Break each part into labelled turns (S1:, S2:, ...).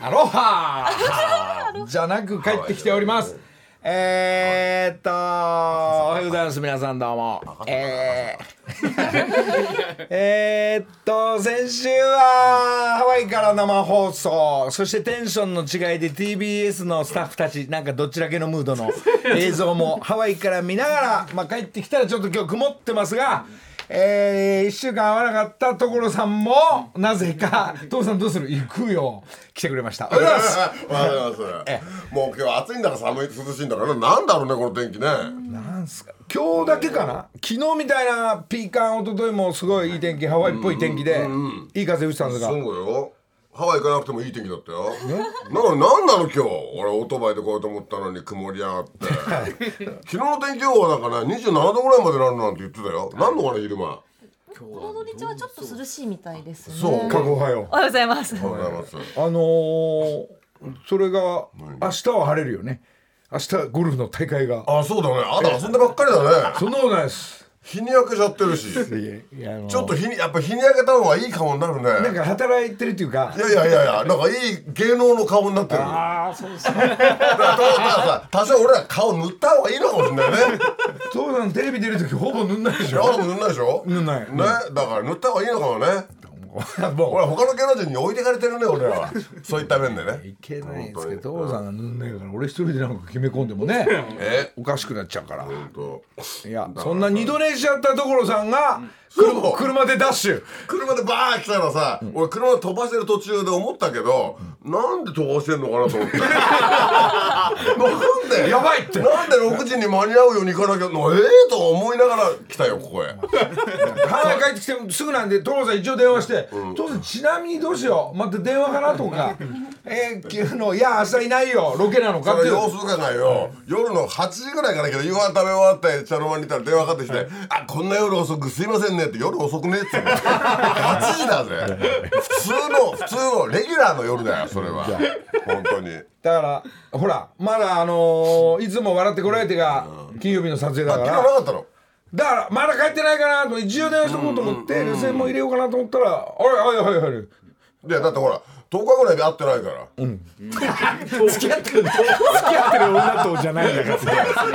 S1: アロハじゃなく帰ってきております。えー、っと、おはようございます。皆さんどうも。えー、えーっと、先週はハワイから生放送、そしてテンションの違いで TBS のスタッフたち、なんかどっちらけのムードの映像もハワイから見ながら、まあ帰ってきたらちょっと今日曇ってますが、えー、1週間会わなかった所さんもなぜか「父さんどうする行くよ」来てくれましたおはようございます
S2: わかりますもう今日暑いんだか寒い涼しいんだかななんだろうねこの天気ね
S1: なんすか今日だけかな昨日みたいなピーカン一昨日もすごいいい天気ハワイっぽい天気でいい風吹いてたんですが
S2: そうよハワイ行かなくてもいい天気だったよなのになんなの今日俺オートバイで来ようと思ったのに曇り やがって昨日の天気予報はなんかね27度ぐらいまでなるなんて言ってたよ何度かね昼間
S3: 大鳥町はちょっと涼しいみたいですね。
S2: そう
S1: 過去おはよ
S3: おはようございます。
S2: おはようございます
S1: うあのー、それが明日は晴れるよね明日ゴルフの大会が
S2: あそうだねあなた遊んでばっかりだね
S1: そんなことないです
S2: 日に焼けちゃってるし
S1: いやいやあのー
S2: ちょっと日にやっぱ日に焼けた方がいい顔になる
S1: な
S2: ね
S1: んか働いてるっていうか
S2: いやいやいやいやなんかいい芸能の顔になってる
S1: ああそうです
S2: だからさ多少俺ら顔塗った方がいいのかもしれない ね。
S1: 父さんテレビ出る時ほぼ塗んないでしょ
S2: 顔も塗んないでしょ。
S1: 塗んない
S2: ね、だから塗った方がいいのかもね。
S1: もう
S2: 俺は他の芸能人に置いてかれてるね俺らは。そういった面でね。
S1: いけないですけど父さんが塗んないから俺一人でなんか決め込んでもね
S2: え、
S1: おかしくなっちゃうから
S2: 本当。
S1: いやそんな二度寝しちゃった所さんが
S2: そう
S1: 車車でダッシュ
S2: 車でバーッ来たらさ、俺車飛ばしてる途中で思ったけど、なんで飛ばしてんのかなと思 って。なんで。
S1: やばいって
S2: なんで6時に間に合うように行かなきゃのええと思いながら来たよここへ。
S1: 母が帰ってきてすぐなんで所さん一応電話して「父さんちなみにどうしようまた電話かな?」と か「えー、昨日いや明日いないよロケなのか?」っ
S2: そ
S1: てい
S2: れ
S1: う
S2: 様子伺いよ、夜の8時ぐらいからけど夕飯食べ終わって茶の間にいたら電話かかってきて「あこんな夜遅くすいませんね」って「夜遅くね」っつ って8時だぜ普通の普通のレギュラーの夜だよそれは本当に
S1: だからほらまだあのーいつも笑ってこられてが金曜日の撮影だ
S2: あ
S1: か
S2: 昨日な
S1: ら
S2: かったの
S1: だからまだ帰ってないかなと一応電話しとこうと思って留守電も入れようかなと思ったら「おいおいおいおい
S2: いやだってほら10日ぐらいで会ってないから、いやそうだよだっ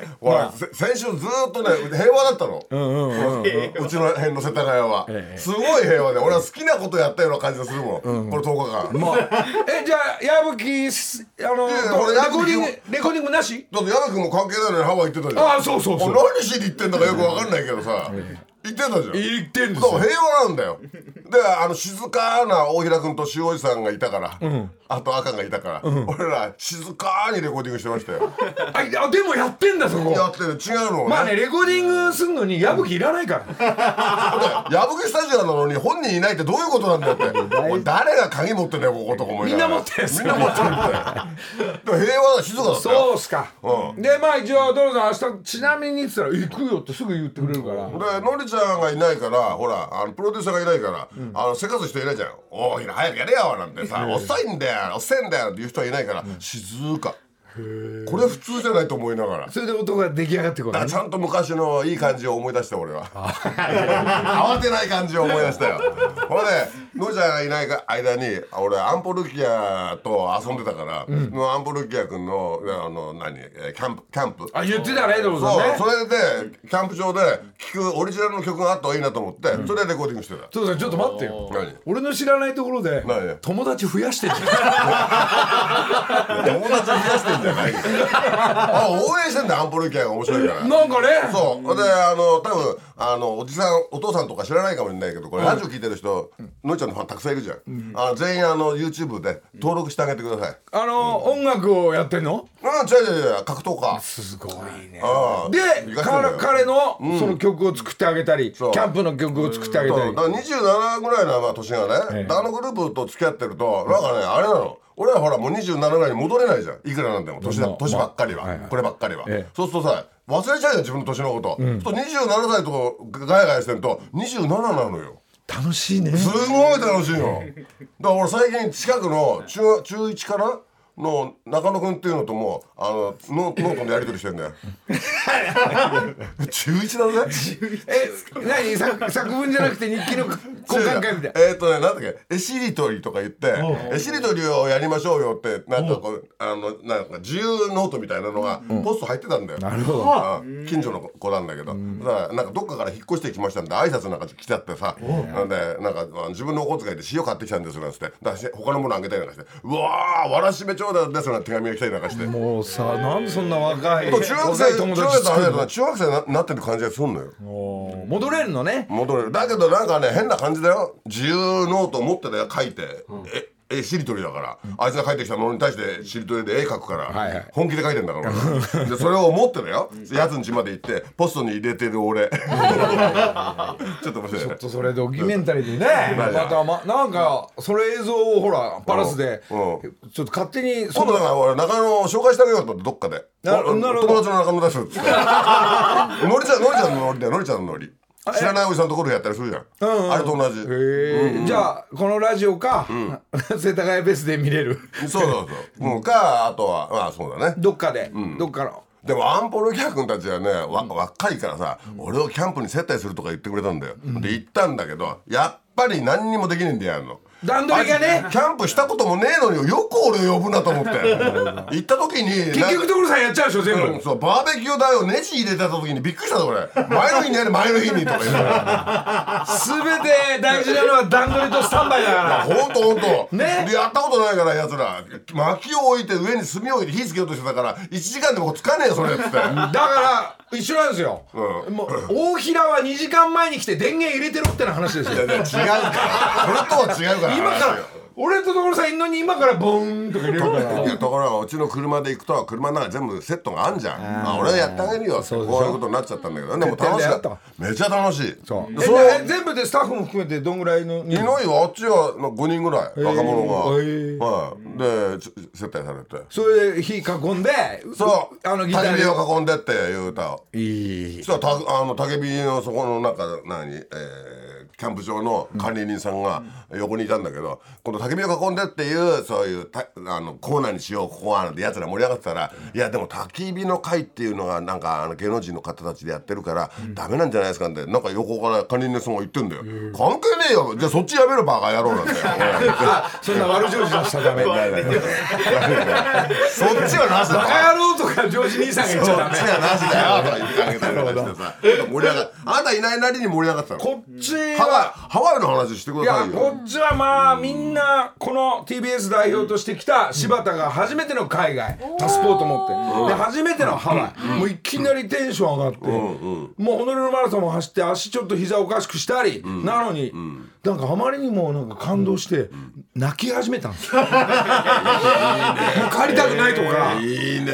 S2: てほら、せ先週ずーっとね平和だったの、うちの辺の世田谷は、すごい平和で俺は好きなことやったような感じがするもん、これ10日間、
S1: えじゃあ矢吹すあの
S2: いやいや俺
S1: レコーディング
S2: 矢
S1: レコーディングなし
S2: だって矢部君も関係ないのにハワイ行ってたじゃん
S1: あそうそうそう
S2: お何しに行ってんだかよくわかんないけどさ行ってたじゃん
S1: 言ってんで
S2: そう平和なんだよであの静かな大平君と塩おじさんがいたから、あと赤がいたから、俺ら静かにレコーディングしてましたよ
S1: あいやでもやってんだそこ
S2: やってる違うのをね,、
S1: まあねレコーディングすんのに矢吹いらないから
S2: 矢吹スタジオなのに本人いないってどういうことなん だよってお前誰が鍵持ってんだよこことか思いながら
S1: みんな持ってるんす
S2: み
S1: よ
S2: んな持ってるってでも平和だ静かだったよ
S1: そうっすか、でまあ一応「ドロさん明日ちなみに」っつったら「行くよ」ってすぐ言ってくれるから、
S2: でのりちゃんがいないからほらあのプロデューサーがいないから、あのせかす人いないじゃん「おお早くやれよ」なんてさ「遅いんだよ遅いんだよ」っていう人はいないから、静かこれ普通じゃないと思いながら。だ
S1: それで男が出来上がってこ
S2: から
S1: ない
S2: ちゃんと昔のいい感じを思い出して俺は慌てない感じを思い出したよほらねのりちゃんがいない間に俺アンポルキアと遊んでたから、のアンポルキア君のあの何えーキャンプキャンプ
S1: あ言ってたねドロ
S2: そう、
S1: さんね
S2: それでキャンプ場で聴くオリジナルの曲があった方がいいなと思って、それでレコーディングしてた
S1: ドロさんちょっと待ってよ
S2: 何
S1: 俺の知らないところで
S2: 何
S1: 友達増やしてんじゃん
S2: 友達増やしてんじゃない あ応援してんだよアンポルキアが面白いから
S1: なんかね
S2: そうであの多分あのおじさんお父さんとか知らないかもしれないけどこれラジオ聞いてる人、のいちゃんのファンたくさんいるじゃん、あ全員あの YouTube で登録してあげてください、
S1: あの、音楽をやってんの
S2: うん違う違う違う格闘家
S1: すごいね
S2: ああ
S1: で
S2: 東野
S1: 彼
S2: だよ
S1: 彼のその曲を作ってあげたり、キ
S2: う
S1: ャンプの曲を作ってあげた
S2: そ
S1: り
S2: うだから27ぐらいのまあ年がね、あのグループと付き合ってるとなんかねあれなの俺らほらもう27ぐらいに戻れないじゃんいくらなんでも年だ
S1: まあ
S2: 年ばっかりは、こればっかりは、
S1: ええ
S2: そうするとさ忘れちゃうよ自分の年のこと、そうすると27歳とガヤガヤしてると27なのよ
S1: 楽しいね
S2: すごい楽しいのだから俺最近近くの中中1かなの中野君っていうのともうあのノノートのやり取りしてんだよ 中1だぜ
S1: え何作作文じゃなくて日記の交換会みたいな
S2: えーっ、とね、なんだっけ、えしりとりとか言って、えしりとりをやりましょうよって、なんかこう、あの、なんか自由ノートみたいなのが、ポスト入ってたんだよ。なるほど。近所の子なんだけど、だから、なんかどっかから引っ越してきましたんで、挨拶なんか来ちゃってさ、なんで、なんかあの自分のお小遣いで塩買ってきたんですなんつって、だし他のものあげたりなんかして、うわー、わらしべ長だですなんて手紙が来たりなんかして。
S1: もうさなんでそんな若い
S2: 中学
S1: 若い
S2: 生、
S1: 友達
S2: 中学生
S1: 作る
S2: だ
S1: の
S2: な中学生にななってる感じがすんのよ。
S1: おー戻れるのね
S2: 戻れるだけどなんかね変な感じだよ自由ノート持ってね書いて、ええしりとりだから、あいつが書いてきたものに対してしりとりで絵描くから、
S1: はいはい
S2: 本気で書いてんだから俺 でそれを持ってだよやつん家まで行ってポストに入れて る俺ちょっと面白いね
S1: ちょっとそれドキュメンタリーでね
S2: まあ
S1: またまなんかそれ映像をほらパラスでち
S2: う
S1: ょ
S2: ん
S1: っと勝手に
S2: 今度だから俺中野を紹介してあげようと思ってどっかで
S1: な
S2: お
S1: なるほど
S2: 友達の中野ですっつって のりちゃんのりちゃんののりだよのりちゃんののり知らないおじさんところやったりするじゃん、あれと同じ、
S1: へえじゃあこのラジオか世田谷ベースで見れる
S2: そうそうそう、うん、かあとはまあそうだね
S1: どっかでどっかの
S2: でもアンポロキャ君たちはねわ若いからさ、俺をキャンプに接待するとか言ってくれたんだよ、で行ったんだけどやっぱり何にもできねえんだよやんの
S1: 段取りがね
S2: あいつキャンプしたこともねえのによく俺を呼ぶなと思って行った時に
S1: 結局所さんやっちゃうでしょ全部
S2: うんそうバーベキュー台をネジ入れてた時にびっくりしたぞ俺前の日にやれ前の日にとか言って
S1: 全て大事なのは段取りとスタンバイだから
S2: ほんとほんと
S1: ね
S2: でやったことないからやつら薪を置いて上に炭を置いて火つけようとしてたから1時間でもつかねえよそれっつって
S1: だから一緒なんですよ、
S2: う
S1: もう大平は2時間前に来て電源入れてろってな話です
S2: いや
S1: よ
S2: いや違うからそれとは違うから
S1: 今か
S2: 話
S1: ら
S2: が
S1: 俺と所さんいんのに今からボーンとか入れるから
S2: いやだからうちの車で行くと車の中全部セットがあんじゃんあ俺はやってあげるよって
S1: そうでしょ
S2: こういうことになっちゃったんだけどでも楽しか
S1: やっ
S2: って
S1: んだよ
S2: ためちゃ楽しい
S1: そう
S2: でその
S1: え全部でスタッフも含めてどんぐらいの
S2: い
S1: 人
S2: な
S1: 数
S2: いよあっちはな5人ぐらい若者
S1: へー
S2: がはいでちょ接待されて
S1: それで火囲んで
S2: そう
S1: あのギター
S2: 焚き
S1: で
S2: 火を囲んでっていう歌を
S1: いい
S2: そしたらたあの焚き火のそこの中何、えーキャンプ場の管理人さんが横にいたんだけど、この焚き火を囲んでっていうそういうたあのコーナーにしようここはなんてやつら盛り上がってたら、いやでも焚き火の会っていうのがなんかあの芸能人の方たちでやってるから、ダメなんじゃないですかってなんか横から管理人さんが言ってんだよ、関係ねえよじゃあそっちやめろバカ野郎な んだよ
S1: あそんな悪上司のしたらダ メバ
S2: そっちはなしだ
S1: カ野郎とか上司兄さんが言っちゃダ
S2: こ
S1: メ
S2: っちはなしだよとか言ってあげたりとかしてさ盛り上がっあなたいないなりに盛り上がってたの
S1: こっち
S2: ハワイ
S1: は
S2: ハワイの話してく
S1: い
S2: だ
S1: や
S2: さいよ
S1: こっちはまあみんなこの TBS 代表として来た柴田が初めての海外パスポート持ってで初めてのハワイもういきなりテンション上がってもうホノルルマラソンも走って足ちょっと膝おかしくしたりなのになんかあまりにもなんか感動して泣き始めたんですよもう帰りたくないとか
S2: いいね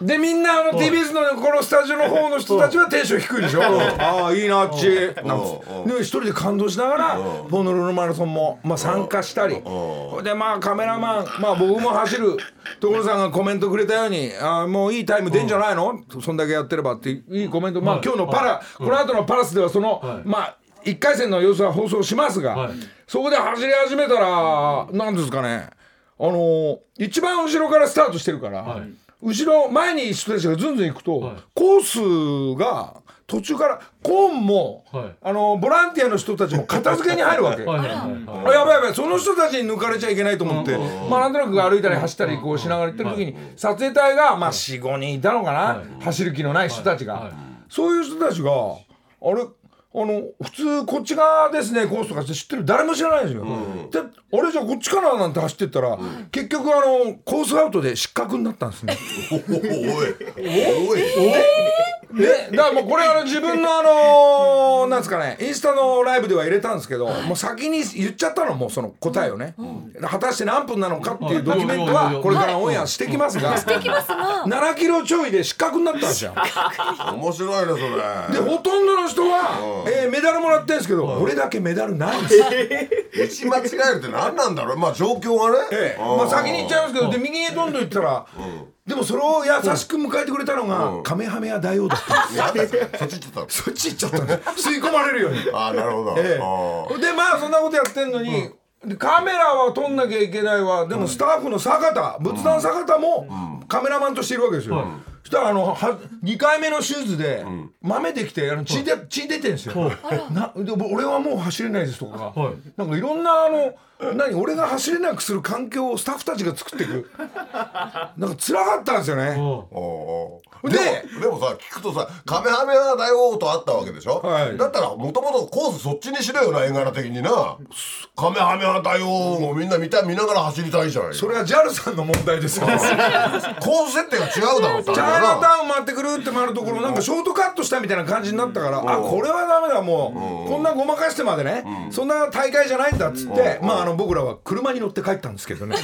S1: でみんなあの TBS のこのスタジオの方の人たちはテンション低いでしょああいいなあっちなんつ
S2: う
S1: っ
S2: ん
S1: てで一人で感動しながらホノルルマラソンもまあ参加したりでまあカメラマンまあ僕も走る所さんがコメントくれたようにああもういいタイム出んじゃないのそんだけやってればっていいコメントまあ今日のパラこの後のパラスではそのまあ1回戦の様子は放送しますが、そこで走り始めたら何ですかねあのー一番後ろからスタートしてるから、後ろ前に人たちがずんずん行くと、コースが途中からコーンも、あのーボランティアの人たちも片付けに入るわけ。あやばいやばいその人たちに抜かれちゃいけないと思って、まあ、なんとなく歩いたり走ったりこうしながら行ってる時に撮影隊が、まあ、45人いたのかな、走る気のない人たちが、そういう人たちがあれあの普通こっち側ですねコースとかって知ってる誰も知らないんですよ、であれじゃあこっちかななんて走ってったら、結局あのコースアウトで失格になったんですね。
S2: おおおいおいおい
S1: で、だからもうこれあの自分のあのなんですかね、インスタのライブでは入れたんですけど、もう先に言っちゃったのもうその答えをね、果たして何分なのかっていうドキュメントはこれからオンエアしてきますが、7キロちょいで失格になったんですよ。
S2: 面白いね
S1: で、
S2: そ
S1: ほとんどの人は、えーメダルもらってるんですけど、俺だけメダルないんですよ。
S2: れ打ち間違えるって何なんだろうまあ状況がね、
S1: ええまあ先に行っちゃいますけど、で右へどんどん行ったら、でもそれを優しく迎えてくれたのがカメハメや大王だったんですよ。
S2: やだそっち行ってたの
S1: そっち行っちゃったんですよ。吸い込まれるように。
S2: ああなるほど、
S1: え
S2: あ
S1: えでまあそんなことやってんのに、でカメラは撮んなきゃいけないわでもスタッフの坂田、仏壇坂田もカメラマンとしているわけですよ、そしたらあのは2回目の手術で豆できてあの血で血出てんですよ、なで俺はもう走れないですとか、
S4: はい
S1: なんかいろんなあの何俺が走れなくする環境をスタッフたちが作っていくなんか辛かったんですよね、
S2: おうおう
S1: で
S2: でもでもさ聞くとさカメハメハ大王とあったわけでしょ、
S1: はい
S2: だったらもともとコースそっちにしろよな絵柄的になカメハメハ大王をみんな見た見ながら走りたいじゃない
S1: それは JAL さんの問題 ですよチャイ
S2: コース設定が違うだろう
S1: ナタウン回ってくるって回るところなんかショートカットしたみたいな感じになったから、あこれはダメだもう、こんなごまかしてまでね、そんな大会じゃないんだっつって、まああの僕らは車に乗って帰ったんですけどね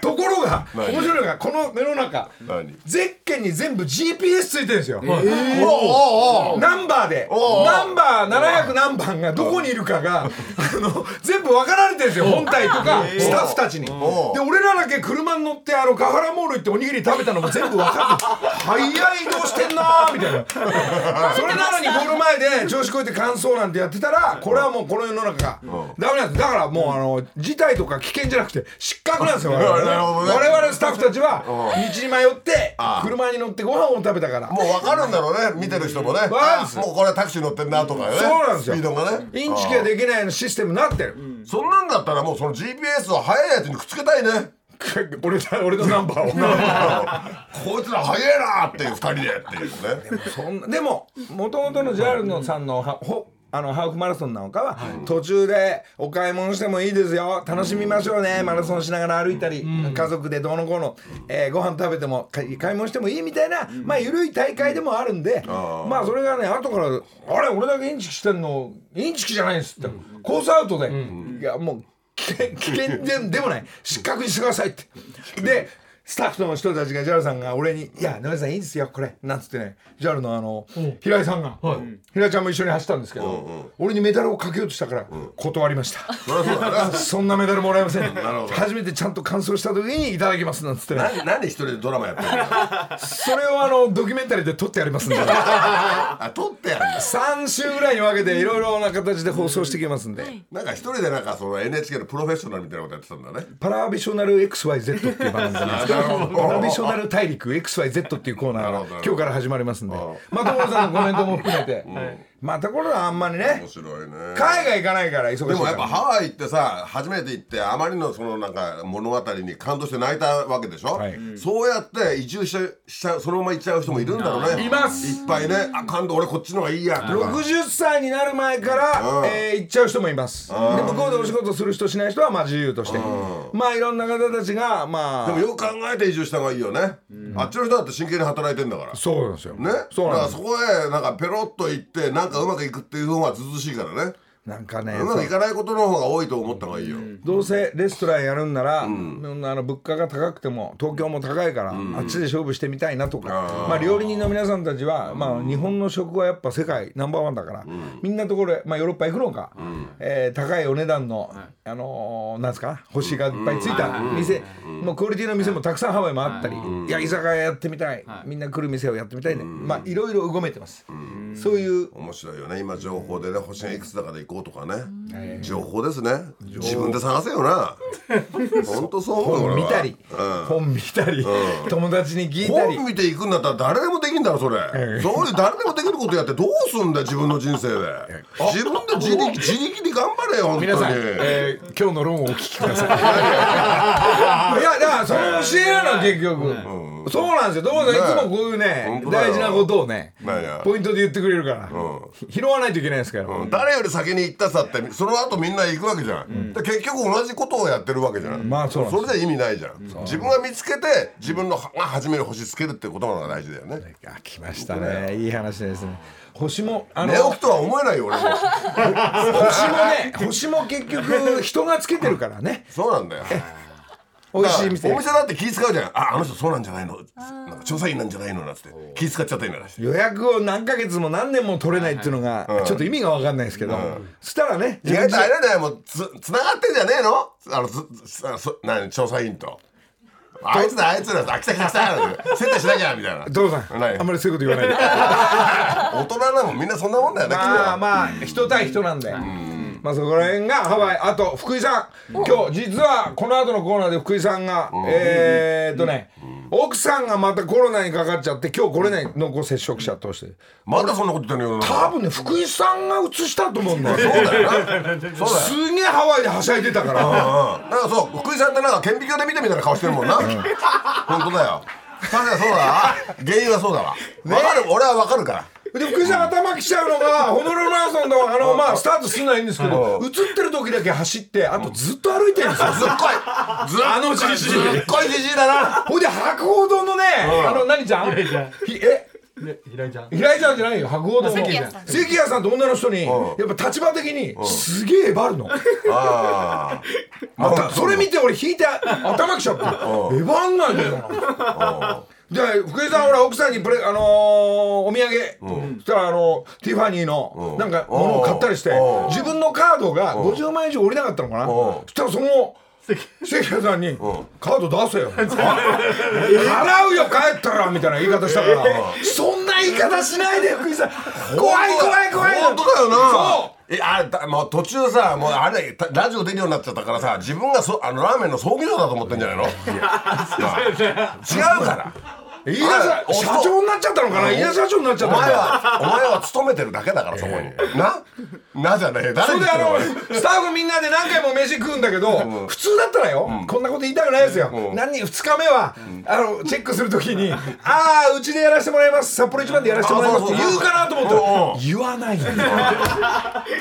S1: ところが面
S2: 何
S1: 白いのがこの世の中
S2: 何
S1: ゼッケンに全部 GPS ついてるんですよ、
S2: おおうおうおう
S1: ナンバーで
S2: おう
S1: ナンバー700何番がどこにいるかがあの全部分かられてるんですよ本体とかスタッフたちにで
S2: おう
S1: 俺らだけ車に乗ってあのガハラモール行っておにぎり食べたのも全部分かって早い移動してんなーみたい なそれなのにゴール前で調子こいて感想なんてやってたらこれはもうこの世の中がダメなんですだからもうあの事態とか危険じゃなくて失格なんですよ我々
S2: なるほどね
S1: 我々スタッフたちは道に迷って車に乗ってご飯を食べたから
S2: もう分かるんだろうね見てる人もね
S1: かるんです
S2: もうこれタクシー乗ってんなとかね
S1: そうなんですよ
S2: スピードがね
S1: インチキができないのシステムになってる、
S2: そんなんだったらもうその GPS を速いやつにくっつけたいね
S1: 俺俺のナンバーを
S2: こいつら速えなっていう2人でってい うね
S1: そんなでももともとの JAL のさんのはほあのハーフマラソンなんかは途中でお買い物してもいいですよ楽しみましょうねマラソンしながら歩いたり家族でどうのこうの、えーご飯食べてもか買い物してもいいみたいなまあ緩い大会でもあるんでまあそれがね後から「あれ俺だけインチキしてんのインチキじゃないんです」ってコースアウトで「いやもう危険危険ででもない失格にしてください」って。でスタッフの人たちが JAL さんが俺に「いや野上さんいいですよこれ」なんつってね JAL のあの平井さんが、平井ちゃんも一緒に走ったんですけど、俺にメダルをかけようとしたから断りました、
S2: そりゃそうだな
S1: そ んなメダルもらえません
S2: るほど
S1: 初めてちゃんと完走した時にいただきますなんつってね
S2: ななんで一人でドラマやってるの
S1: それをあのドキュメンタリーで撮ってやり ますんで
S2: あ撮ってやるんだ
S1: 3週ぐらいに分けていろいろな形で放送していきますんで、
S2: なんか一人でなんかその NHK のプロフェッショナルみたいなことやってたんだね
S1: パラビショナル XYZ っていう番組なんですけどパラビショナル大陸 XYZ っていうコーナー
S2: な
S1: が
S2: るほど
S1: 今日から始まりますんでまあ所さんのコメントも含め て、まあところがあんまりね
S2: 面白いね
S1: 海外行かないから忙しいから
S2: でもやっぱハワイ行ってさ初めて行ってあまりのそのなんか物語に感動して泣いたわけでしょ、
S1: はい
S2: そうやって移住しちゃしちゃうそのまま行っちゃう人もいるんだろうね
S1: います
S2: いっぱいねあ感動俺こっちの方がいいやとか
S1: 60歳になる前から、
S2: うん
S1: えー行っちゃう人もいますで向こうでお仕事する人しない人はまあ自由としてまあいろんな方たちがまあ
S2: でもよく考えて移住した方がいいよね、あっちの人だって真剣に働いてんだから
S1: そうなんですよ
S2: ね
S1: そう
S2: だか
S1: なん
S2: ら
S1: です
S2: そこへなんかペロッと行ってなんかうまくいくっていう方がずうずうしいからね
S1: なんかね
S2: うまくいかないことの方が多いと思った方がいいよ、
S1: どうせレストランやるんなら、あの物価が高くても東京も高いから、あっちで勝負してみたいなとかまあ、料理人の皆さんたちは、まあ、日本の食はやっぱ世界ナンバーワンだから、みんなところへ、まあ、ヨーロッパ行くのか、えー高いお値段の、あのーなんですか星がいっぱいついた店、もうクオリティの店もたくさんハワイもあったり、いや居酒屋やってみたい、みんな来る店をやってみたいね、まあいろいろうごめいてます、そういう
S2: 面白いよね今情報でね星がいくつだから行こうとかね情報ですね自分で探せ よな本当そう思う
S1: 本
S2: 俺
S1: 見
S2: は
S1: たり、本見たり、友達に聞いたり
S2: 本見ていくんだったら誰でもできんだろそれそういう誰でもできることやってどうすんだよ自分の人生で自分で自力自力で頑張れよ本当に
S1: 皆さん、えー今日の論をお聞きください。いや、だから、その教えなの、結局。そうなんですよ、所さん、いつもこういうね
S2: 本、当だよ
S1: 大事なことをね
S2: なんや、
S1: ポイントで言ってくれるから。拾わないといけないですから。
S2: うん誰より先に行ったさってその後みんな行くわけじゃん、で結局同じことをやってるわけじゃん、
S1: まあそうなんです
S2: それじゃ意味ないじゃん、自分が見つけて自分のが初める星つけるってことの方が大事だよね、
S1: あ、来ましたね、いい話ですね。星も、あの
S2: 寝、起きとは思えないよ俺も
S1: 星もね、 星も結 局、人がつけてるからね。
S2: そうなんだよ
S1: 美味しい
S2: お
S1: 店。
S2: 店だって気使うじゃんああの人そうなんじゃないのなんか調査員なんじゃないのなんつって気使っちゃったりなんかして
S1: 予約を何ヶ月も何年も取れないっていうのが、ちょっと意味が分かんないですけど、そしたらね、
S2: 意外とあれなんだよもうつつながってんじゃねえのあのつつあそ何調査員とあいつだあいつだあ来た来た来たなん て接待しなきゃみたいな
S1: 所さ
S2: ない
S1: ん、あんまりそういうこと言わないで。
S2: 大人なもんみんなそんなもんだよね君ら
S1: まあ
S2: は
S1: まあ人対人なんで、まあそこら辺がハワイあと福井さん今日実はこの後のコーナーで福井さんがえーっとね奥さんがまたコロナにかかっちゃって今日来れない濃厚接触者として
S2: まだそんなこと言ってんのよ
S1: 多分ね福井さんが移したと思うんだよ
S2: そうだよなそうだよ
S1: すげえハワイではしゃいでたから
S2: うんなんかそう福井さんってなんか顕微鏡で見てみたいな顔してるもんな、本当だよ確かにそうだ原因はそうだわ、わかる俺はわかるから
S1: で福井さん頭きちゃうのがホノルルマラソンのあのまあスタートすんのはいいんですけど
S2: うん
S1: 映ってる時だけ走ってあとずっと歩いてるんですよ
S2: ずっこいずっこい
S1: あのじじい
S2: ずっこいじじいだな
S1: ほいで白鳳堂のねあの何ちゃんひえ
S4: ね、平井ちゃん。
S1: 平井ちゃんじゃないよ白鵬堂の
S3: 関谷さん
S1: 関谷さんと女の人にや
S2: う
S1: っぱ立場的にすげええばるの
S2: あ
S1: またそれ見て俺引いて頭きちゃっ てえばんないんだよな
S2: あ
S1: で福井さんほら奥さんにプレあのーお土産、そしたらあのティファニーの
S2: うん
S1: なんかものを買ったりして
S2: うん
S1: 自分のカードが50万円以上降りなかったのかな
S2: うん
S1: そしたらその関谷さんに「カード出せ よ」払うよ帰ったら」みたいな言い方したからそんな言い方しないで福井さん怖い怖い怖い
S2: 本当だよな
S1: そう
S2: えあれだもう途中さもうあれたラジオ出るようになっちゃったからさ自分がそあのラーメンの創業者だと思ってんじゃないの違うから
S1: 飯田さん
S2: お
S1: 社長になっちゃったのかな飯田社長になっちゃ
S2: お
S1: ったの
S2: 前
S1: かな
S2: はお前は勤めてるだけだからそこに、ななじゃねえ
S1: そ
S2: 誰
S1: れ
S2: に
S1: で
S2: 言って
S1: あ
S2: んの
S1: の
S2: お前
S1: スタッフみんなで何回も飯食うんだけど、普通だったらよ、こんなこと言いたくないですよ、何2日目は、あのチェックするときに「ああうちでやらせてもらいます札幌一番でやらせてもらいます」って
S2: あそ
S1: 言
S2: うそうう
S1: かなと思ったら
S2: うん
S1: 言わないの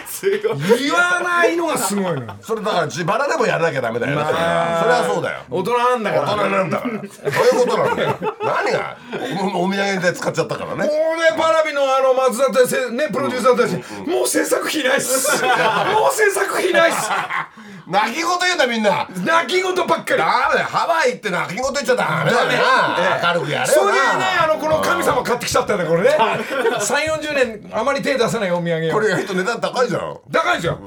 S4: すごい。
S1: 言わないのがすごいのよ
S2: それだから自腹でもやらなきゃダメだよな、それはそれはそうだよ
S1: 大人なんだから
S2: 大人なんだからそういうことなんだよ何がおお土産で使っちゃったからね
S1: もうね、パラビのあの松田ってね、プロデューサーたち、もう制作費ないっす。もう制作費ないっす。
S2: 泣き言言うんだみんな
S1: 泣き言ばっかり。
S2: ダメだよハワイって泣き言言っちゃダメだよ
S1: ダ
S2: な明るくやれよな
S1: そういうね、あの、この神様買ってきちゃったんだ、これね。3、40年、あまり手出さないお土産を
S2: これ意外と値段高いじゃん
S1: 高いんですよ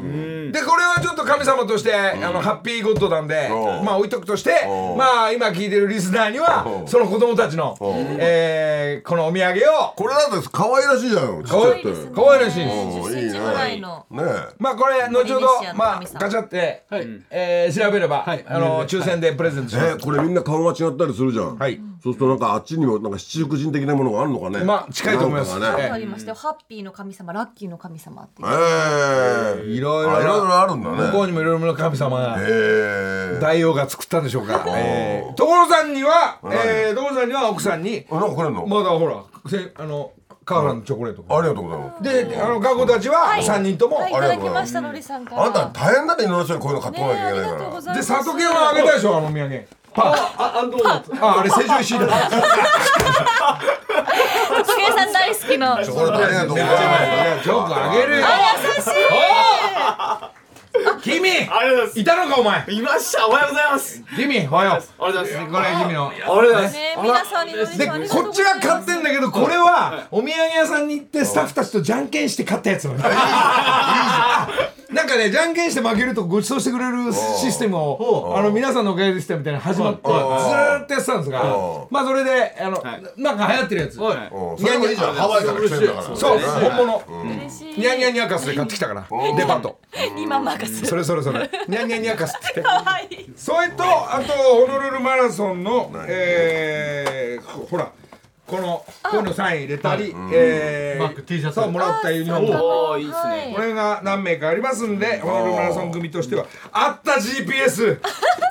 S1: でこれはちょっと神様として、あのハッピーゴッドなんで
S2: うん
S1: まあ置いとくとして
S2: うん
S1: まあ今聞いてるリスナーには
S2: うん
S1: その子供たちの、えーこのお土産を
S2: これだって可愛らしいじゃんちっちゃ
S1: 可
S2: く
S1: 愛い
S2: て
S1: かわいらしいです
S2: うん
S3: 10センチぐらいの
S2: ねえ
S1: まあこれ後ほど
S3: イニシアの
S1: まあ
S3: 神様
S1: ガチャって、
S4: はい
S1: えー調べれば、
S4: はい
S1: あの抽選でプレゼントします、
S2: えこれみんな顔が違ったりするじゃん、
S1: はい
S2: そうするとなんかあっちにもなんか七福神的なものがあるのかね
S1: まあ近いと思います
S2: なんか
S1: ええ
S2: ね
S3: ありましたよハッピーの神様ラッキーの神様ってい
S2: え
S3: う
S2: え
S1: いろいろ
S2: あいろいろあるんだね
S1: 向こうにもいろいろな神様が、
S2: ええ
S1: 大王が作ったんでしょうか、えー、所さんには、えー、所さんには奥さんに
S2: なんかくれんの、
S1: まだほらせあのカーランのチョコレート、
S2: ありがとうございます
S1: で、あの、学校たちは三人とも、
S3: はいい
S2: あ
S3: た
S2: りが
S3: だ
S2: とう
S3: き
S2: ござい
S3: ま
S2: ま
S3: し
S2: す
S3: たのりさんから
S2: あんた大変だねいろんな人にこういうの買って
S3: ね
S2: こ
S3: え
S2: なきゃ
S3: あ
S2: いけ
S3: り
S2: ないか
S3: がとうご
S2: ら
S3: ざい
S1: で、
S3: ます
S1: 佐渡犬はあげたでしょ、あのお土産。パ
S4: あ、アンドーナツ。
S1: あ、あれ成城石井だ。
S3: 佐藤健さん大好きのあ優
S2: チ
S3: し
S2: ョコレートありがとうございます
S1: チョコあげるよ。君、
S4: ありがとうございます
S1: いたのか、お前。
S4: いました。おはようございます。
S1: 君、おはよう。
S4: ありがとうござい
S1: こ
S4: ます。
S1: れ、君の。
S4: ありがとうございま
S3: い
S4: す。
S3: ねえ皆さんにのりさん
S1: で、
S3: ありがとう
S1: こっ
S3: ご
S1: ち
S3: ざい
S1: は
S3: ます
S1: 買ってんだけど、これは、お土産屋さんに行って、スタッフたちとじゃんけんして買ったやつなの。なんかね、じゃんけんして負けるとご馳走してくれるシステムを、あの、皆さんのおかげでしたみたいなの始まって、ずーっとやってたんですが
S2: お、
S1: まあ、それで、あの
S4: はい、
S1: なんか流行ってるやつ。
S4: はい。
S2: うんそれもいいじゃんハワイから来てんだから
S1: そう、
S2: ね
S1: 本物。
S3: 嬉しい
S1: ニャンニャンニャカスで買ってきたから、デパート。
S3: 今任せ
S1: それそれそれ、ニャンニャンニャカスって。
S3: 可愛い
S1: それと、あと、ホノルルマラソンの、えー、ほほら。この、こういうのサイン入れたり、え
S4: バッグ T シャツ
S1: そう、もらったユニフォーム。
S4: おお、いいですね。
S1: これが何名かありますんで、ホノルルマラソン組としては、あった GPS。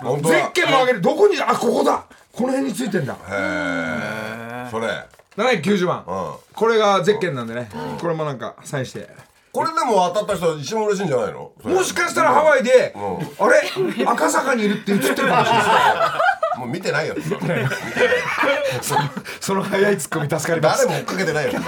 S2: 本当
S1: ゼ
S2: だ
S1: ッケンもあげる、どこに、あ、ここだ。この辺についてんだ。
S2: へえそれ
S1: 790万
S2: ん。
S1: これがゼッケンなんでね、これもなんかサインして。
S2: これでも当たった人は一番嬉しいんじゃないのそれ
S1: もしかしたらハワイで、あれ赤坂にいるって映ってるかもしれない。
S2: もう見てないよ
S1: その早いツッコミ助かります
S2: 誰。も追っかけてないよそんな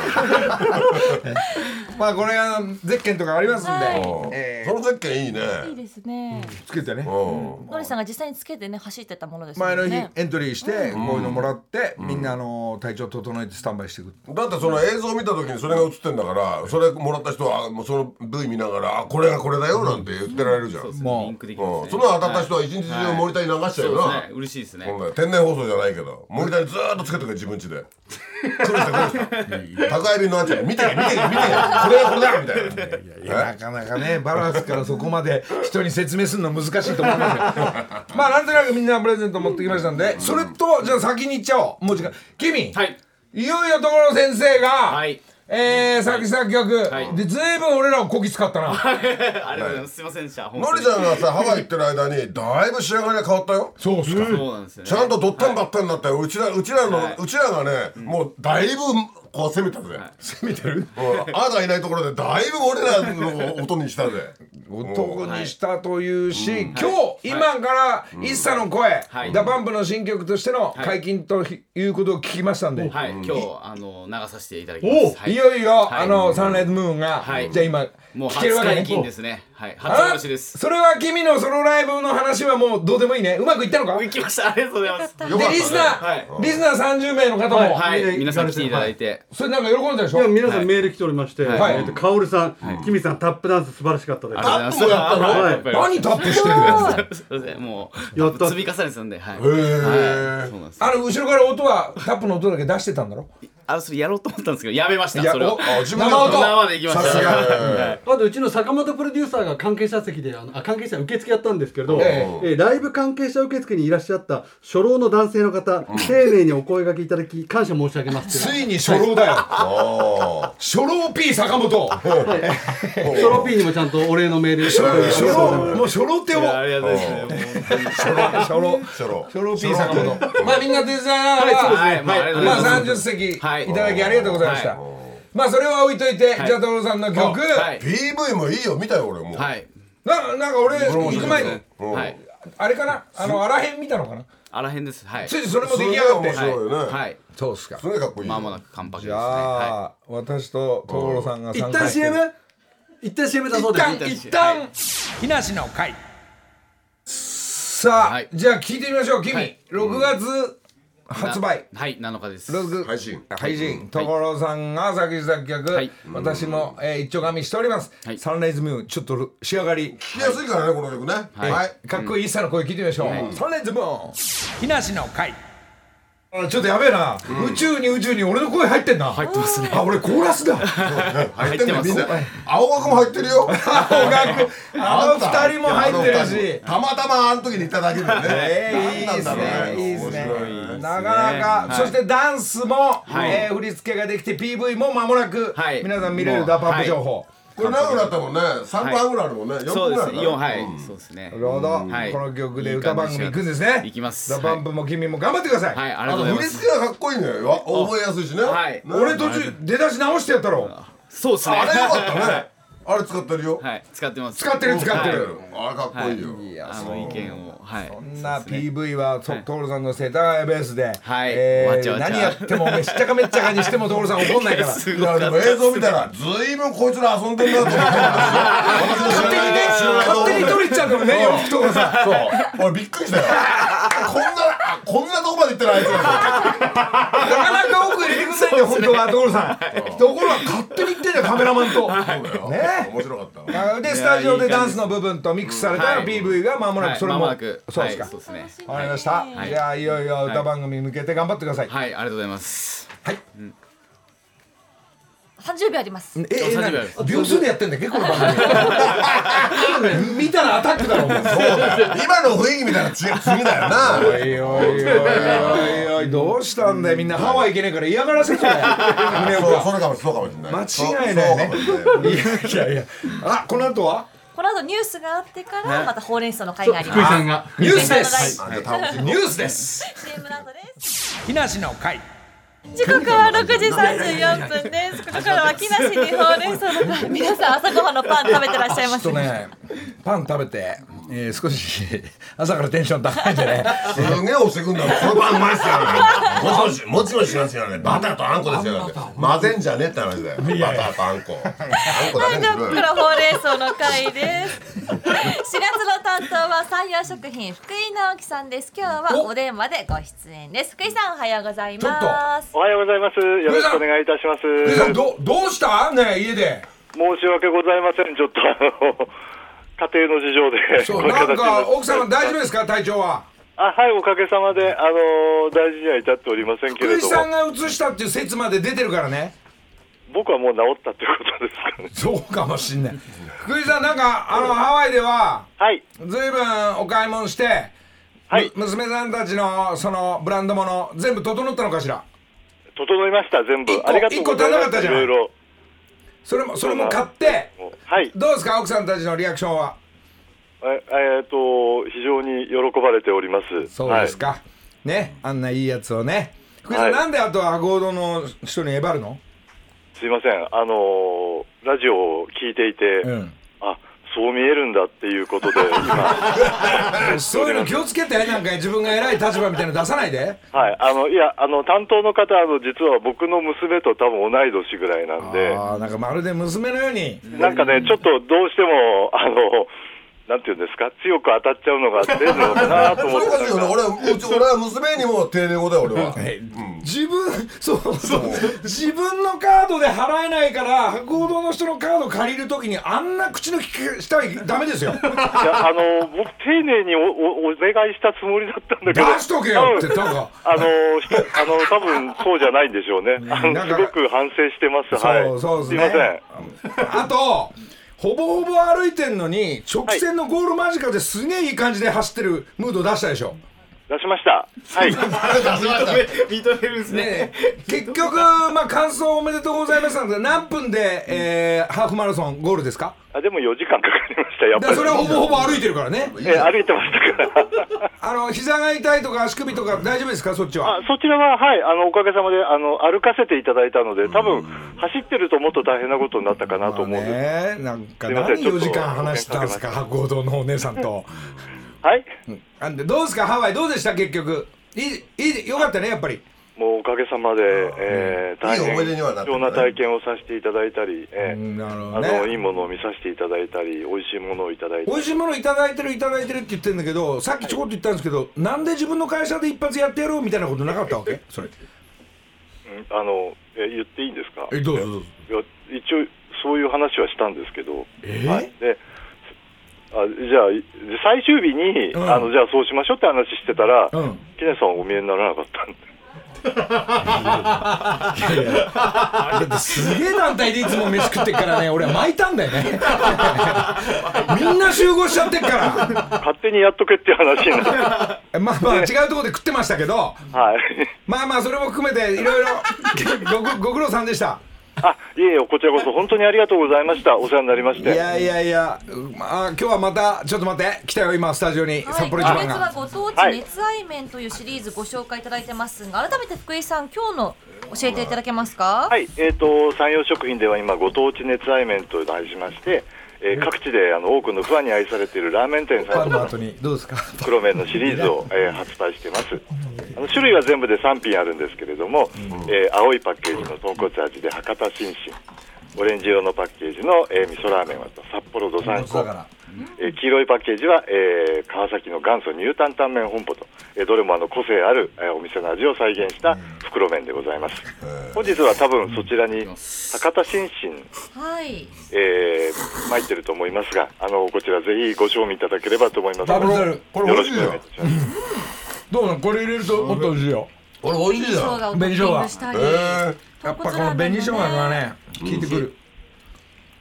S1: まあこれあのゼッケンとかありますんで、
S2: うん
S1: え
S2: そのゼッケンいいね
S3: いいですね
S1: ーつけてね。
S2: うん
S3: のりさんが実際につけてね走ってたものですも
S1: 前の
S3: ん
S1: 日
S3: ね
S1: エントリーしてこういうのもらってみんなあの体調整えてスタンバイしてくる。
S2: だってその映像を見た時にそれが映ってんだからそれもらった人はあもうその V 見ながらあこれがこれだよなんて言ってられるじゃん、うん
S1: もう
S4: リンクできますね。
S2: その当たった人は一日中モニターに流しちゃうよな、
S4: そうですね。嬉しいですね。
S2: ほんで天然放送じゃないけどモニターにずーっとつけてくれ自分家で来る人来る人宅配便のあんちゃん見てけ見てけ見てけここれだこれだみたいな
S1: やい
S2: い
S1: やなかなかねバランスからそこまで人に説明するの難しいと思います よまあなんとなくみんなプレゼント持ってきましたんでそれとじゃあ先に行っちゃおうもう時間君、
S4: はい
S1: い、よいよ所先生が、
S4: はい
S1: えー、作詞作曲、
S4: い
S1: でずいぶん俺らをこき使ったな、
S4: ありがとうございます。すいませんでした。
S2: のりちゃんがさハワイ行ってる間にだいぶ仕上がりが変わったよ
S1: そうっすか、
S4: そうなんですよね。
S2: ちゃんとドッタンバッタンになったようちらうちらの、
S4: はいう
S2: ちらがねもうだいぶこう攻めたぜ、
S1: 攻めてる
S2: うん あなたがいないところでだいぶ俺らの音にしたぜ
S1: 男にしたというし、今日、今から「一茶の声、
S4: はい
S1: ダパンプの新曲としての
S4: い
S1: 解禁ということを聞きましたんで、、
S4: はい、今日あの流させていただきます。はい
S1: よいよ、
S4: はい
S1: あのサンライズムーンが、
S4: はい
S1: じゃあ今
S4: もう
S1: 聞
S4: 初
S1: けるわけ
S4: 解
S1: ね
S4: 禁ですね。はい、初
S1: あ
S4: おろしです。
S1: それは君のソロライブの話はもうどうでもいいねうまくいったのかで
S4: 行きました。ありがとうございます。
S2: よかったね
S1: リスナー、
S4: は
S1: リスナー30名の方も、
S4: はい、皆さん来ていただいて。
S1: それなんか喜んでたでしょ
S5: いや皆さんメール来ておりまして、
S1: はい
S5: えっとカオルさん、キミさんタップダンス素晴らしかったです。
S4: ありがとうございます
S5: タップもやったの
S4: はいやっぱり
S1: 何タップして るんだよ
S4: すいません、もう、
S5: やった
S4: 積み重ねですんで、はい。
S2: へー
S4: はい、そうなんです。
S1: あの後ろから音はタップの音だけ出してたんだろ
S4: あ、それやろうと思ったんですけど、やめまし
S1: いや
S4: た。それを
S1: お。
S2: あ自分で
S1: 生音
S4: 生で行きま
S2: さ
S4: し
S2: す
S4: た。
S2: が
S4: はい
S5: あとうちの坂本プロデューサーが関係者席であのあ関係者受付やったんですけれど、
S1: え
S5: えーライブ関係者受付にいらっしゃった初老の男性の方、丁寧にお声掛けいただき感謝申し上げます
S1: ついに初老だよ、
S2: あ
S1: 初老 P 坂 本
S5: ソロ P にもちゃんとお礼のメール
S1: 初老初老もう初老って呼ぼう
S4: ありがとうございます。
S1: 初老初老
S2: あ、ショロ。
S1: 初老 P 坂本まあみんなデザイナー
S4: そうです
S1: は
S4: ねまあありがとうご
S1: ま
S4: ざいます
S1: あ30席いた
S4: はい
S1: だきありがとうございましたまあそれは置いといて
S4: い
S1: じゃあトロさんの曲
S4: は。
S1: ない
S2: PV もいいよ、見たよ俺も。
S4: はい。
S1: なんか俺
S2: 俺も
S1: 行
S2: 見た
S1: く
S2: よ
S1: 前に
S2: うん
S4: はい。
S1: あれかなあのあらへん見たのかな
S4: あらへんです。はい。
S1: ついそれも
S2: す
S1: 出来
S2: げえ
S1: 上がっ
S2: 面
S1: て
S2: 白いよね。
S4: はい。
S1: そうっすか
S2: すげえかっこいい。
S4: まもなく完パケ
S1: じ
S4: ですね。
S1: ゃ
S4: は
S1: あ私とトロさんが
S5: 一
S1: 参加
S5: 旦
S1: してる
S5: CM 一旦 CM だ
S1: 一
S5: そうです
S1: 旦一旦日梨の会さあ、
S4: はい
S1: じゃあ聞いてみましょう君、
S4: はい
S1: 6月
S4: い。
S1: 発売
S4: な。はい、7日です。
S1: 6
S2: 配信。
S1: 配信所さんが作詞作曲、
S4: はい
S1: 私も、えー一丁噛みしております、
S4: はい
S1: サンライズムーンちょっと仕上がり、
S2: 聞きやすいからね、この曲ね。はい。
S1: かっこいい一茶の声聞いてみましょう、サンライズムーン日梨の会あちょっとやべえな、宇宙に宇宙に俺の声入ってんな入ってますねあ俺コーラスだ
S2: 入ってんね
S4: 入って
S2: みん
S4: ます
S2: な。 青学も入ってるよ。
S1: 青学あの二人も入ってる
S2: あの二
S1: し
S2: 人たまたまあの時にいただけるね。
S1: えーいい
S2: 何
S1: で
S2: な
S1: す
S2: んだろ
S1: ね
S2: う
S1: いい
S2: ね。
S1: です
S2: 面白い
S1: ねなかなか、そしてダンスも、えー振り付けができて PV も間もなく、
S4: はい
S1: 皆さん見れるダパップ情報、
S2: これ長くなったもんね。三分ぐらいあるもんね。四
S4: そう
S2: 分
S4: で
S2: ぐらい
S4: すね。
S2: ある
S4: 4、
S2: かな。
S4: はい。そうですね。
S1: なるほど、
S4: はい
S1: この曲で歌番組行くんですね
S4: いい感じです
S1: ダパンプも君も頑張ってください、
S4: はい、あり
S2: あ
S4: がと
S2: の
S4: うご
S2: 振り
S4: ざいます。
S2: 付けがかっこいいね。わ覚えやすいしね。
S4: はい
S2: ね
S1: 俺途中出だし直してやったろ
S4: そうですね。
S2: あれよかったね。あれ使ってるよ。
S4: はい、使ってます。
S1: 使ってる使ってる、
S2: あれかっこいいよ。
S1: いや
S4: あの意見を、はい。そ
S1: そんな PV はと徹さんの世田谷ベースで、
S4: はい
S1: えー
S4: わちゃわちゃ
S1: 何やってもおめえしっちゃかめっちゃかにしても徹さん怒んないから
S4: す
S2: いやでも映像見たらずいぶんこいつら遊んでんなと思って勝
S1: 勝手にね勝手に取りちゃうのね洋服とかさ
S2: そう俺びっくりしたよこんなあこんなとこまで行ってるあいつら
S1: なかなか奥入れてくんないんだよ、本当は、所さん。ところが勝手に言ってんだよ、カメラマンと。
S2: そうだよ
S1: ね
S2: 面白かったわ
S1: で、スタジオでダンスの部分とミックスされた
S4: はい
S1: PV が間もなく、それ
S4: ま
S1: も。
S4: もなく。
S1: そうで
S4: はい
S1: すか。
S4: そうですね。
S1: わかりました。
S4: い
S1: じゃあ、いよいよ歌番組に向けて頑張ってください。
S4: はい、ありがとうございます。
S3: 三十秒あります。
S1: え、え、
S4: お
S1: な
S4: 30
S1: に
S4: 秒
S1: 秒数でやってんだっけ、この番組。見たらアタックだろ、お前
S2: そうだよ 今の雰囲気見たら違う次だよな
S1: おいおいおいおいおい、どうしたんだよ、みんなハワイ行けねえから嫌がらせちゃうよ。
S2: そうそれかもそうかもし
S1: 間違
S2: れない
S1: いないね
S2: そうそうかもしれない
S1: いやいやいや、あ、この後は。
S3: この後ニュースがあってからまたほうれん草の会があり
S5: 福井
S3: ま
S5: さ
S3: す。
S5: んが
S1: ニュースです。
S2: あじゃあ楽しい
S1: ニュースです。
S3: CM の後です。
S1: 日梨の会
S3: 時刻は六時三十四分です。ここからは木梨にほうれん草の会。皆さん朝ごはんのパン食べてらっし
S1: ち
S3: ゃい
S1: ょ
S3: ま
S1: っ
S3: す
S1: と。ねパン食べて、えー少し 朝からテンション高い んでね
S2: すげえ押してくんだもんこのパンうまいっすよねもちもちもちもちなんですよねバターとあんこですよね混ぜんじゃねえって話だよバターとあんこあんこだけに
S3: じゃあ
S2: し
S3: こ
S2: ろ
S3: こ
S2: よ
S3: からほうれん草の会 です。4月の担当は三洋食品福井直樹さんです。今日はお電話でご出演です。福井さんおはようございます。
S6: おはようございます。よろしくお願いいたします。
S1: 皆さん
S6: 申
S1: どどうしたね家で
S6: し訳ございません。ちょっと、 あの、家庭の事情で。
S1: そ
S6: こ
S1: う
S6: い
S1: なん
S6: 形になっ
S1: か
S6: て
S1: 奥様大丈夫ですか体調は
S6: あ、はい、おかげさまで、あの、大事には至っておりませんけ
S1: 福
S6: れ
S1: 井
S6: ど
S1: さん
S6: も。
S1: が移したっていう説まで出てるからね
S6: 僕はもう治ったということですかね。
S1: そうかもしんない。福井さん、なんか、あの、ハワイでは、
S6: はい。
S1: ずいぶんお買い物して、
S6: はい
S1: む娘さんたちの、その、ブランドもの、全部整ったのかしら。
S6: 整いました、全部
S1: 一。個
S6: ありがとうございます。
S1: 一個足んなかったじゃん
S6: いろい
S1: それも、それも買って、
S6: ろ。はい。
S1: どうですか、奥さんたちのリアクションは。
S6: ええーっと、非常に喜ばれております。
S1: そうですか。ね、あんないいやつをね。福井さん、
S6: はい
S1: なんであとはアゴードの人にえばるの
S6: はい。すいません。あのーラジオを聞いていて、
S1: ん
S6: あ、そう見えるんだっていうことで、今、
S1: そういうの気をつけて、なんか自分が偉い立場みたいなの出さないで。
S6: はい。あの、いや、あの、担当の方、あの、実は僕の娘と多分同い年ぐらいなんで、
S1: ああ、なんかまるで娘のように。
S6: なんかね、ちょっとどうしても、あの、なんていうんですか、強く当たっちゃうのが出るのかなと
S2: そ
S6: 思っ
S2: れ
S6: て
S2: こ。 そよね俺うち俺は娘にも定年後だよ俺は
S1: 自分、そうそう。自分のカードで払えないから、合同の人のカード借りるときに、あんな口の利きしたらダメです よ。
S6: いや、あの、僕、丁寧におおお願いしたつもりだったんだけ
S1: 出
S6: ど。
S1: しとけよって、
S6: 多分
S1: なんか。
S6: あの、ひとあの、多分そうじゃないんでしょ うね。あの
S1: なん
S6: す
S1: か
S6: ごく反省してます。はい。
S1: そうそうです
S6: す
S1: ね
S6: いません。
S1: あと、ほぼほぼ歩いてんのに、直線のゴール間近ですげえいい感じで走ってるムード出したでしょ。
S6: 出しました。はい。
S4: 認めるんです
S1: ねえ、結局、まあ、感想おめでとうございますなんで、何分で、えーハーフマラソンゴールですか
S6: あでも4時間かかりました、やっ
S1: だ
S6: ぱ
S1: からそ
S6: り。
S1: れはほぼほぼ歩いてるからね。
S6: え歩いてましたから。
S1: あの、膝が痛いとか足首とか大丈夫ですかそっちは
S6: あ。そちらは、はい、あの、おかげさまで、あの、歩かせていただいたので、多分走ってるともっと大変なことになったかなと思うんです。
S1: ねえなんか
S6: すいません
S1: 何
S6: ちょっと
S1: 4時間話したんですか白鸚堂のお姉さんと。
S6: はい。
S1: あんでどうですかハワイどうでした結局いいいいよかったねやっぱり。
S6: もうおかげさまで、えー、大
S2: いい
S6: 変
S2: 思い出にはなってる
S6: 貴重
S2: ね
S6: な体験をさせていただいたり、えー
S1: うんなるほど
S6: あ
S1: ね
S6: のいいものを見させていただいたり、美味しいものをいただいて
S1: 美、味しいものいただいてるいただいてるって言ってるんだけどさっきちょこっと言ったんですけど、なんで自分の会社で一発やってやろうみたいなことなかったわけそれ
S6: うんあのえ言っていいんですか
S1: えどうぞどうぞ
S6: いや一応、そういう話はしたんですけど、
S1: え
S6: はい、であじゃあ、い最終日に、
S1: うん
S6: あのじゃあそうしましょうって話してたら、
S1: う
S6: 木
S1: ん
S6: 根さんはお見えにならなかったんで、
S1: だってすげえ団体でいつも飯食ってっからね俺は巻いたんだよね みんな集合しちゃってっから
S6: 勝手にやっとけっていう話に なって、
S1: えまあまあ違うところで食ってましたけど
S6: はい、
S1: まあまあそれも含めていろいろごごご苦労さんでした
S6: あいえいえ、こちらこそ本当にありがとうございました、お世話になりまし
S1: い
S6: て。
S1: やいやいや、うんあ今日はまたちょっと待って来たよ今スタジオに、
S3: はい、
S1: 札幌
S3: 今
S1: 一番
S3: 月
S1: が
S3: はご当地熱愛麺というシリーズご紹介いただいてますが、改めて福井さん今日の教えていただけますか。
S6: はい、えー、と山陽食品では今、ご当地熱愛麺と題しまして、えー各地であの多くのファンに愛されているラーメン店
S1: フ
S6: さ
S1: ァ
S6: ん
S1: ンの
S6: の
S1: 後にどうですか
S6: 黒麺のシリーズを、えー発売していますあの種類は全部で3品あるんですけれども、えー青いパッケージの豚骨味で博多新進オレンジ色のパッケージの、えー味噌ラーメンは札幌どさんこ
S1: だから
S6: えー黄色いパッケージは、えー川崎の元祖ニュータンタン麺本舗と、えーどれもあの個性ある、えーお店の味を再現した袋麺でございます、本日は多分そちらに博多新進、
S3: はい。
S6: えー、参ってると思いますがあのこちらぜひご賞味いただければと思います
S1: ダブルダブル
S2: これ
S6: よ
S2: 美
S6: ろ
S2: 味
S6: し
S2: し
S6: く
S2: いじ
S6: お
S2: ゃん
S6: 願いいたします
S1: どうなのこれ入れるともっと美味しいよ、
S2: これ美味しい
S3: 紅
S2: じ
S3: 生
S2: ゃん
S3: 姜をトッピングしたり。
S2: え
S1: やっぱこの紅生姜がね効いてくる、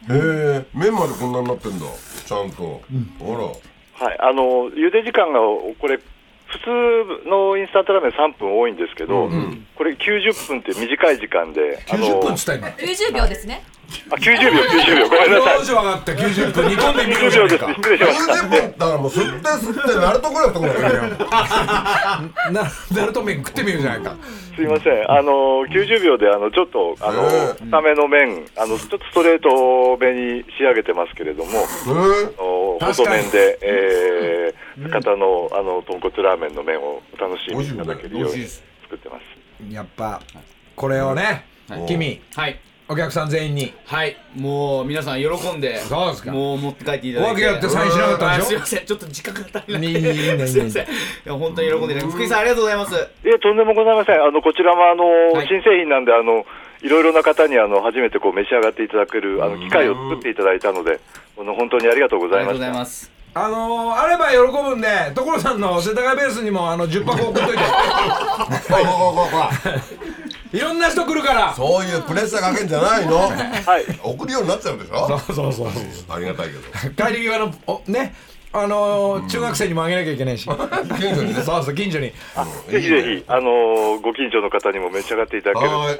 S2: えー、麺までこんなになってんだちゃんと、ほ
S6: はいあの茹で時間がこれ普通のインスタントラーメン3分多いんですけど、これ90分って短い時間であの
S1: 90分っつった今
S3: 九十秒ですね。
S6: あ90秒90秒ごめんなさい
S1: 表情上がった90分煮込んでみるじ
S6: 90
S1: ゃな
S6: 秒で
S1: い
S6: す
S1: か
S6: 失礼し
S2: ら
S6: まし
S2: 90
S6: た
S2: 分だからもう吸って吸ってなるところやったこれ
S1: ななると麺食ってみるじゃないか
S6: すいません、あの90秒であのちょっとあの
S2: ええ
S6: 固めの麺、あのちょっとストレートめに仕上げてますけれども、
S2: えー
S6: あの
S1: 確
S6: 細
S1: かに
S6: 麺で、えー、博多のあの豚骨ラーメンの麺をお楽しみいただけるよ
S2: 美
S6: う
S2: 味しい
S6: に
S2: です
S6: 作ってます。
S1: やっぱこれをね、君
S4: はい。
S1: お客さん全員に
S4: はい。もう皆さん喜んで、
S1: そうですか
S4: もう持って帰っていただい
S1: 訳
S4: て。
S1: やってサインしなかったん
S4: あ
S1: でしょ
S4: すいません。ちょっと時間が足りない
S1: い
S4: い
S1: いいいいいいいい
S4: すいません。いや本当に喜んでいただいて福井さんありがとうございます。
S6: いえとんでもございません。あのこちらもあの、
S4: はい
S6: 新製品なんであのいろいろな方にあの初めてこう召し上がっていただけるあの機会を作っていただいたので、あの本当にありがとうご
S4: あ
S6: ざ
S4: り
S6: い
S4: がとうご
S6: まし
S4: ざい
S6: た。
S4: ます。
S1: あのー、あれば喜ぶんで所さんの世田谷ベースにもあの10箱送っといて
S2: ほらほらほらほら
S1: いろんな人来るから。
S2: そういうプレッシャーかけんじゃないの
S6: はい
S2: 送るようになっちゃうでしょ
S1: そうそうそう。
S2: ありがたいけど
S1: 帰り際の、おね、あのー中学生にもあげなきゃいけないし。
S2: 近所にね
S1: そうそう、近所に。
S6: ぜひぜひ、あのーご近所の方にも召し上がっていただける
S2: は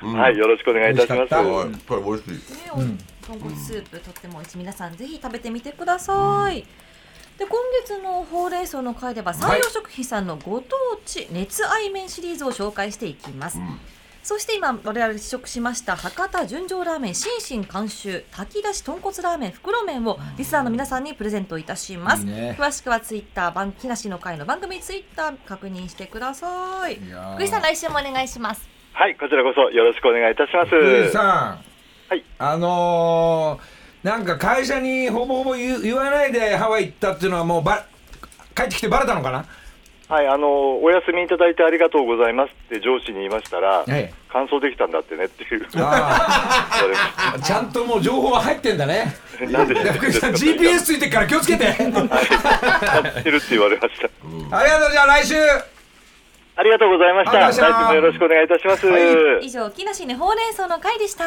S6: と、はい、よろしくお願いいたし
S1: 美
S6: ま
S1: 味し
S6: す。
S1: かった
S2: はいこれ美味しい
S3: ね、お豚骨スープとっても美味しい皆さんぜひ食べてみてください、で今月のほうれん草の回では山陽食品さんのご当地熱愛麺シリーズを紹介していきます、そして今我々試食しました博多純情ラーメン心身監修炊き出し豚骨ラーメン袋麺をリスナーの皆さんにプレゼントいたします、
S1: いいね
S3: 詳しくはツイッター番木梨の会の番組ツイッター確認してください
S1: いやー
S3: 福井さん来週もお願いします
S6: はい、こちらこそよろしくお願いいたします。
S1: ルイさん、
S6: はい
S1: あのー、なんか会社にほぼほぼ言う言わないでハワイ行ったっていうのはもうば帰ってきてバレたのかな
S6: はい、あのーお休みいただいてありがとうございますって上司に言いましたら、
S1: ええ
S6: 完走できたんだってねっていう。
S1: あ
S6: 言われました
S1: ーちゃんともう情報は入ってんだね
S6: なんで知ってるん
S1: 福
S6: で
S1: 井
S6: す
S1: さ
S6: か
S1: ん GPS ついてっから気をつ けてありがとう
S6: 知ってるって言われました。
S1: じゃあ来週
S6: ありがとうございまし
S1: あり
S6: た。
S1: が
S6: 来
S1: とうござ
S6: 週
S1: いました
S6: もよろしくお願いいたします。
S3: 以上木梨ねほうれん草の会でした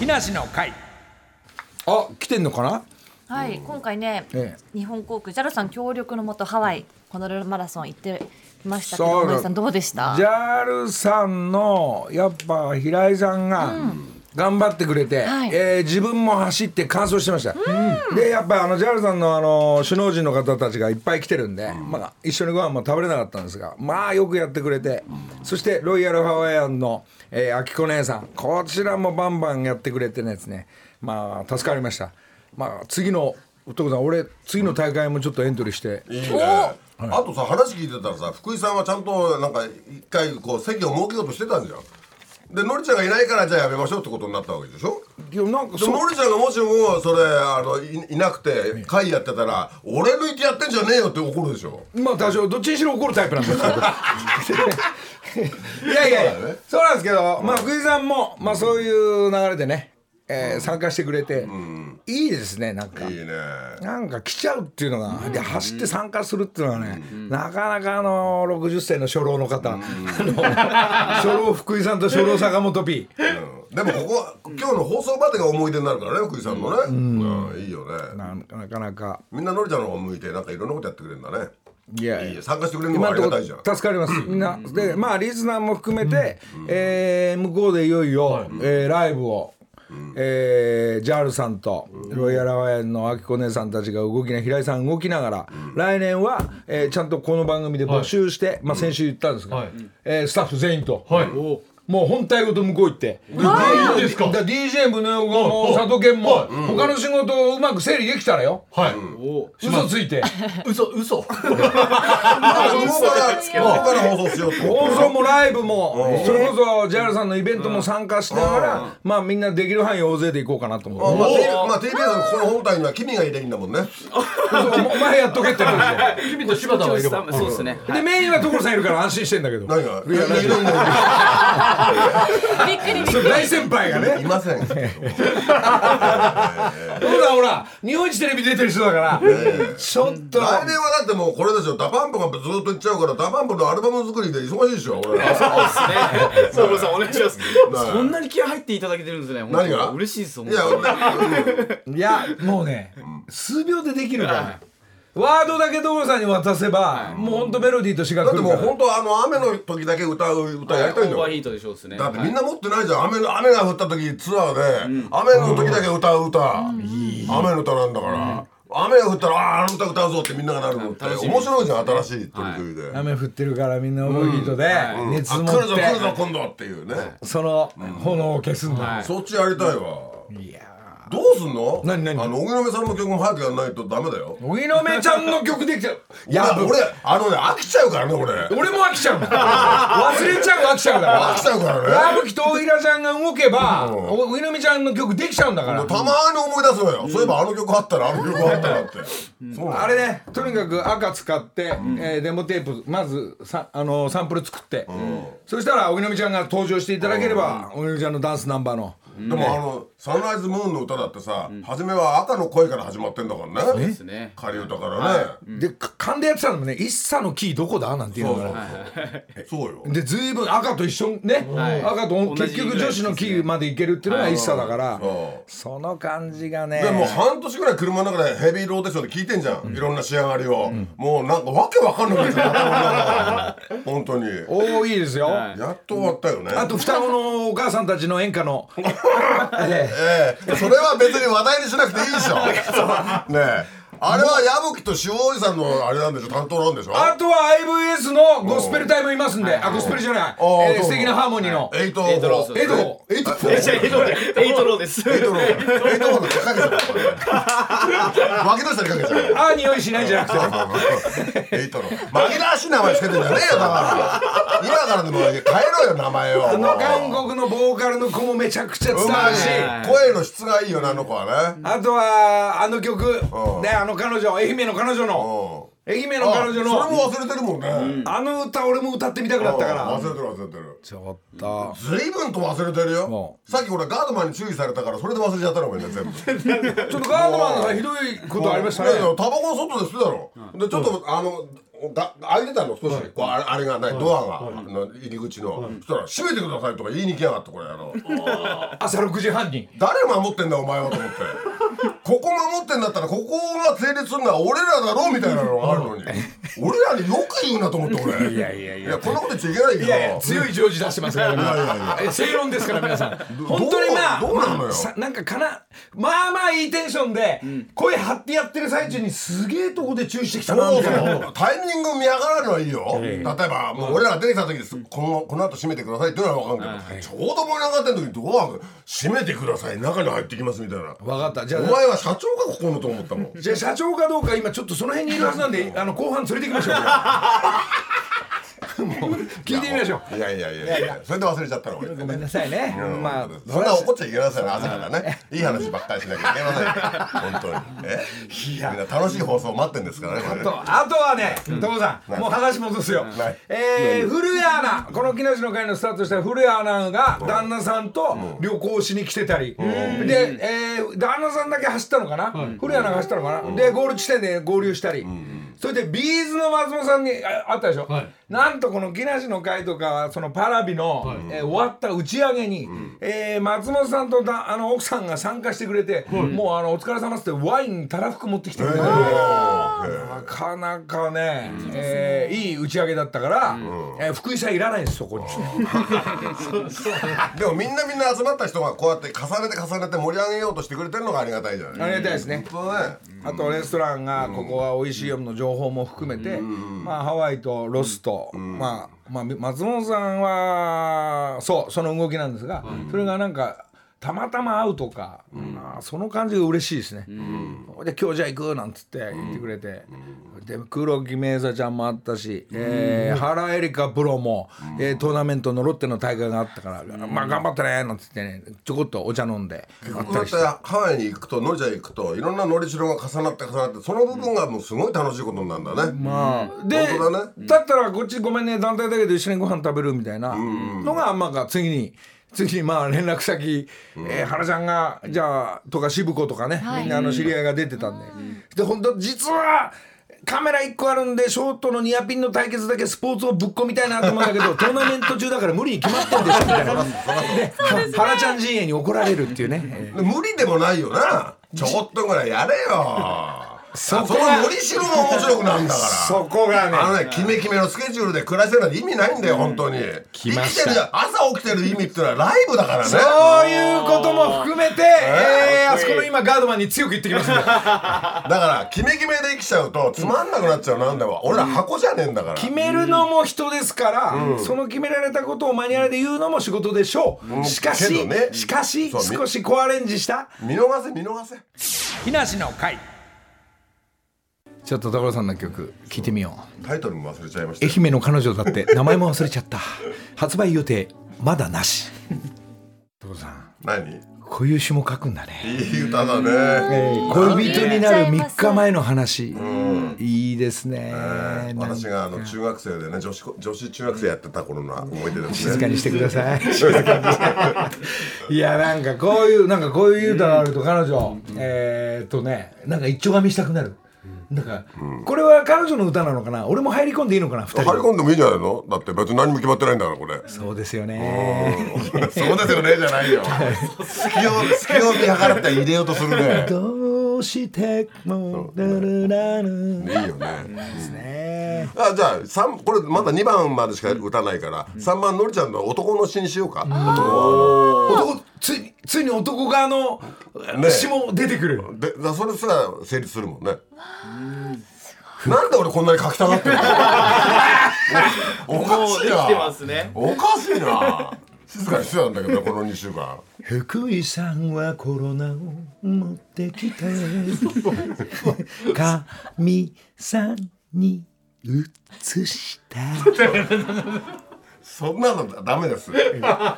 S1: 木梨の会あ来てんのかな
S3: はい、今回ね、
S1: え
S3: 日本航空 JAL さん協力のもとハワイホノルルマラソン行ってきましたけ
S1: そ
S3: ど
S1: う
S3: 森さんどうでした
S1: ジャールさんのやっぱ平井さんが頑張ってくれて、
S3: はい
S1: えー自分も走って完走してました、でやっぱあのジャールさんのあの首脳陣の方たちがいっぱい来てるんで、まあ、一緒にご飯も食べれなかったんですがまあよくやってくれて、そしてロイヤルハワイアンの、えー、秋子姉さんこちらもバンバンやってくれてですねまあ助かりましたまあ次の徳さん俺次の大会もちょっとエントリーして
S2: いいねあとさ話聞いてたらさ福井さんはちゃんとなんか一回こう席を設けようとしてたんじゃんでのりちゃんがいないからじゃあやめましょうってことになったわけでしょ
S1: いやなんか
S2: で
S1: そう
S2: のりちゃんがもしもそれあのいいなくて会やってたら俺抜いてやってんじゃねえよって怒るでしょ
S1: まあ多少どっちにしろ怒るタイプなんです けどいやいやいやそうなんですけど、まあ、福井さんも、まあ、そういう流れでね、えー参加してくれて、いいですねなんか
S2: いいね
S1: なんか来ちゃうっていうのが、で走って参加するっていうのはね、なかなかあの60歳の初老の方、 あの初老福井さんと初老坂本 P
S2: うんでもここは今日の放送までが思い出になるからね福井さんのねうんいいよね
S1: なんかなかなか
S2: みんなのりちゃんの方向いてなんかいろんなことやってくれるんだね
S1: いや
S2: いいよ参加してくれるのも
S1: 今
S2: あ
S1: のと
S2: り
S1: こ
S2: がたいじゃん
S1: 助かります、みんなでまあリスナーも含めて、えー向こうでいよいよ、えーライブを、えー、ジャールさんと、ロイヤルハワイアンのあきこ姉さんたちが動きな平井さん動きながら、来年は、えーちゃんとこの番組で募集して、まあ、先週言ったんですけど、
S7: はい
S1: えースタッフ全員と、
S7: はい。
S1: もう本体ごと向こう行って。
S7: あいいんですか
S1: だら DJ 宗男も
S7: はい
S1: 佐藤健も
S7: はい
S1: 他の仕事をうまく整理できたらよ
S7: はい。
S1: 嘘ついて
S7: 嘘、嘘。
S2: あ向こうから向こうから放送しようって
S1: 放送もライブもそれこそ JAL さんのイベントも参加しながらまあみんなできる範囲大勢で行こうかなと
S2: まあ、
S1: 思う
S2: まあ、テレまあ、テレビさん、ここの本体には君がいりゃいいんだもんね。
S1: そうお前やっとけって話で
S7: 君と柴田がいれば。
S4: そうですね。
S1: でメインは所さんいるから安心してんだけど
S2: 何が。いや、いるんだ
S3: びっくりびっく
S1: そ
S3: り
S1: れ大先輩が
S2: よい
S1: ね
S2: ません。
S1: ほらほら日本一テレビ出てる人だからちょっと
S2: 来年はだって、もう、これでしょダパンプがずっと行っちゃうから、ダパンプのアルバム作りで忙しいでしょ俺ら。
S4: そう森さんお願いします。
S2: い
S4: そんなに気合入っていただけてるんですね。
S2: 何が
S4: 本当嬉しいですよ。
S2: いや、
S4: 本当
S1: いやもうね数秒でできるからワードだけ所さんに渡せばもうほんとメロディーと詩が
S2: だっ
S1: 来る
S2: ても
S1: か
S2: う、
S1: ら
S2: 本当、あの、雨の時だけ歌う、歌やりたいんだ
S4: オーバーヒ
S2: よ。
S4: ートでしょうですね。
S2: だって、
S4: はい
S2: みんな持ってないじゃん、雨の、雨が降った時、ツアーで、雨の時だけ歌う歌。雨の歌なんだから。雨が降ったら、ああ、あの歌歌うぞってみんながなるのって、
S4: 楽しみ
S2: 面白いじゃん、新しい取り組みで。うん
S1: 雨降ってるからみんなオーバーヒートで熱
S2: あ、
S1: 持
S2: 来る
S1: っ
S2: ぞ、来るぞ、
S1: て
S2: 今度っていうね。
S1: その炎を消すんだ
S2: そっちやりたいわ。
S1: いや
S2: どうすんの？
S1: 何何
S2: あの荻野目さんの曲も早くやらないとダメだよ。
S1: 荻野目ちゃんの曲できちゃう。
S2: いや
S1: ぶ
S2: 俺あのね飽きちゃうからね俺。飽
S1: 俺も飽きちゃうもん。忘れちゃうが飽きちゃうから。
S2: きちゃうから
S1: ラ
S2: ね。
S1: ブキと大平ちゃんが動けば、お荻野目ちゃんの曲できちゃうんだから。
S2: たまーに思い出すのよ。そういえばあの曲あったらあの曲あったらって。そうなの
S1: あれね、とにかく赤使って、えーデモテープ、まずさあのサンプル作って、そしたら荻野目ちゃんが登場していただければ、荻野目ちゃんのダンスナンバーの、
S2: でもあのサンライズムーンの歌だってさ、初めは赤の声から始まってんだからね
S4: すね。
S2: 仮歌からね、
S1: でか勘でやってたのもね「一茶のキーどこだ?」なんて言うから
S2: そうよ
S1: で随分赤と一緒にね、
S4: はい
S1: 赤と
S4: 同
S1: 結
S4: じぐら
S1: 局
S4: い
S1: 女子のキーまでいけるっていうのが一茶だから、
S2: そ
S1: その感じがね
S2: うでもう半年ぐらい車の中でヘビーローテーションで聞いてんじゃん、いろんな仕上がりを、もうなんかわけわかんなくなっちゃった頭の中が 本当に
S1: 多いですよ、
S4: はい
S2: やっと終わったよね、
S1: あと双子のお母さんたちの演歌の ええ
S2: ええそれは別に話題にしなくていい でしょねえあれは矢吹と塩おじさんのあれなんでしょ担当なんでしょ
S1: あとは IVS のゴスペル隊もいますんであゴスペルじゃない、
S2: おう
S1: えー素敵なハーモニーの
S2: エイト
S4: エイトローズ
S1: エイトホ
S2: エイト
S4: えじゃあエイトローエイトローです。
S2: エイトローエイトローのかけちゃう負け出したにかけちゃう
S1: ああ匂いしないんじゃなくて
S2: エイトロー紛らわしい名前つけてんじゃねえよだから今からでも変えろよ名前を
S1: あの韓国のボーカルの子もめちゃくちゃ伝
S2: う
S1: わ
S2: ま
S1: る
S2: い
S1: し
S2: し声の質がいいよねあの子はね
S1: あとはあの曲
S2: ん
S1: ねあの彼女愛媛の彼女
S2: う
S1: の
S2: ん
S1: 愛媛の
S2: あ
S1: 彼
S2: それ
S1: 女
S2: も
S1: の
S2: 忘れてるもんね
S1: あの歌俺も歌ってみたくなったか
S2: 忘
S1: ら
S2: れてる忘れてる
S1: ちょっと
S2: 随分と忘れてるよ
S1: う
S2: さっき俺ガードマンに注意されたからそれで忘れちゃったのもんね全部
S1: ちょっとガードマンがさひどいことありましたね
S2: いやいやタバコの外で吸ってたろ、でちょっと、あのだ開いてたの少し、こうあれあれがない、ドアが、あの入り口の、そしたら「閉めてください」とか言いに来やがってこれあの
S1: 朝6時半に
S2: 誰守ってんだお前はと思って ここ守ってんだったらここが成立するのは俺らだろうみたいなのがある のに俺らによく言うなと思って俺
S1: いやいやいや
S2: こんなこと言っちゃいけないけど
S1: いやいや強いジョージ出してますから
S2: いやいや
S1: 今え正論ですから皆さん本当にまあ
S2: どうどうなのよ
S1: まあさなんかかなまあまあいいテンションで声張ってやってる最中にすげえとこで注意してきたな
S2: そう
S1: み
S2: そ
S1: たいな
S2: う タイミング見計らうのはいいよ、例えばもう俺らが出てきた時ですこのこの後閉めてくださいっていうのは分かんないけど、ちょうど盛り上がってる時にドアが閉めてください中に入ってきますみたい な
S1: 分かったじゃ
S2: お
S1: あ
S2: 前は社長がここのと思ったもん
S1: じゃあ社長かどうか今ちょっとその辺にいるはずなん であの後半連れてきましょうも う聞いてみましょう
S2: いやいやいやいやそれで忘れちゃったの俺
S1: ごめんなさいね
S2: うん
S1: まあ
S2: そんな怒っちゃいけませんね朝からねいい話ばっかりしなきゃいけませんよ本当にえみんな楽しい放送待ってんですからねこれ
S1: とあとはね、所さん、もう話戻すよ。えー、古谷アナ、この木梨の会のスタートした古谷アナが旦那さんと旅行しに来てたり、で、えー旦那さんだけ走ったのかな、古谷アナが走ったのかな、で、ゴール地点で合流したり。それでビーズの松本さんにああったでしょ、
S5: はい
S1: なんとこの木梨の会とかはそのパラビの、えー終わった打ち上げに、えー松本さんとだあの奥さんが参加してくれて、もうあの「お疲れ様っつってワインたらふく持ってきてくれて、なかなかね、えーいい打ち上げだったから、えー福井さんいらないんですそこに
S2: でもみんなみんな集まった人がこうやって重ねて重ねて盛り上げようとしてくれてるのがありがたいじゃない
S1: ありがたいですね
S2: そうね
S1: あとレストランがここは美味しいよの情報も含めて、まあ、ハワイとロスと、まあまあ、松本さんはそうその動きなんですが、それがなんかたまたま会うとか、まあその感じが嬉しいですね。で今日じゃあ行くなんつって言ってくれて、で黒木明沙ちゃんもあったし、えー原エリカプロも、えートーナメントのロッテの大会があったから、まあ頑張ったねなんつってねちょこっとお茶飲んであった
S2: だっ
S1: りして
S2: て。ハワイに行くとノリちゃん行くといろんなノリチロが重なって重なってその部分がもうすごい楽しいことになるんだね、
S1: まあ、で
S2: 本当だね
S1: ったらこっちごめんね団体だけど一緒にご飯食べるみたいなのがまあ次に次にまあ連絡先、えー原ちゃんがじゃあとか渋子とかね、みんなあの知り合いが出てたんで、で本当実はカメラ1個あるんでショートのニアピンの対決だけスポーツをぶっ込みたいなと思うんだけ どトーナメント中だから無理に決まってるでしょみたいなで原ちゃん陣営に怒られるっていうね、えー
S2: で無理でもないよなちょこっとぐらいやれよ
S1: そこ
S2: そこ
S1: が
S2: のノリチロが面白くなるんだから
S1: そこがね
S2: あのねキメキメのスケジュールで暮らせるなんて意味ないんだよ本当に
S1: 来
S2: 生
S1: ま
S2: き
S1: した
S2: てるじゃん朝起きてる意味ってのはライブだからね
S1: そういうことも含めて、えーあそこの今ガードマンに強く言ってきますんで
S2: だからキメキメで生きちゃうとつまんなくなっちゃうなんだわ俺ら箱じゃねえんだから
S1: 決めるのも人ですから、その決められたことをマニュアルで言うのも仕事でしょう、しかし、
S2: けどね
S1: しかし
S2: そうみ
S1: 少しコアレンジした
S2: 見逃せ見逃せ
S1: 日梨の会ちょっと所さんの曲聞いてみよう
S2: タイトルも忘れちゃいましたよ
S1: 愛媛の彼女だって名前も忘れちゃった 発売予定まだなし所さん
S2: 何
S1: こういう詩も書くんだね
S2: いい歌だね。
S1: 恋人になる3日前の話いいですね。なん
S2: 私があの中学生でね女子こ女子中学生やってた頃の思い出ですね
S1: 静かにしてください。静かにしていやなんかこういうなんかこういう歌があると彼女、えーっとねなんか一丁噛みしたくなる。なんか、これは彼女の歌なのかな。俺も入り込んでいいのかな。二
S2: 張
S1: 人
S2: り
S1: で。
S2: 込んでもいいんじゃないのだって別に何も決まってないんだからこれそ
S1: そうですよね。
S2: うですよねじ ゃないよ隙を隙を見計らって入れようとするね
S1: どうしてもなるなる
S2: いいよね
S1: ですね。
S2: あじゃあ三これまだ2番までしか打たないから、三3番のりちゃんの男の詩にしようか、男
S1: 男ついについに男側の
S2: ね
S1: 詩も出てくる。
S2: でだそれすら成立するもんねなんで俺こんなに書きたがってるのおか
S4: もう
S2: し
S4: で
S2: い
S4: きてま
S2: な
S4: すね。
S2: おかしいな静かにしてたんだけどこの2週間
S1: 福井さんはコロナを持ってきて神さんに移した
S2: そんなのダメです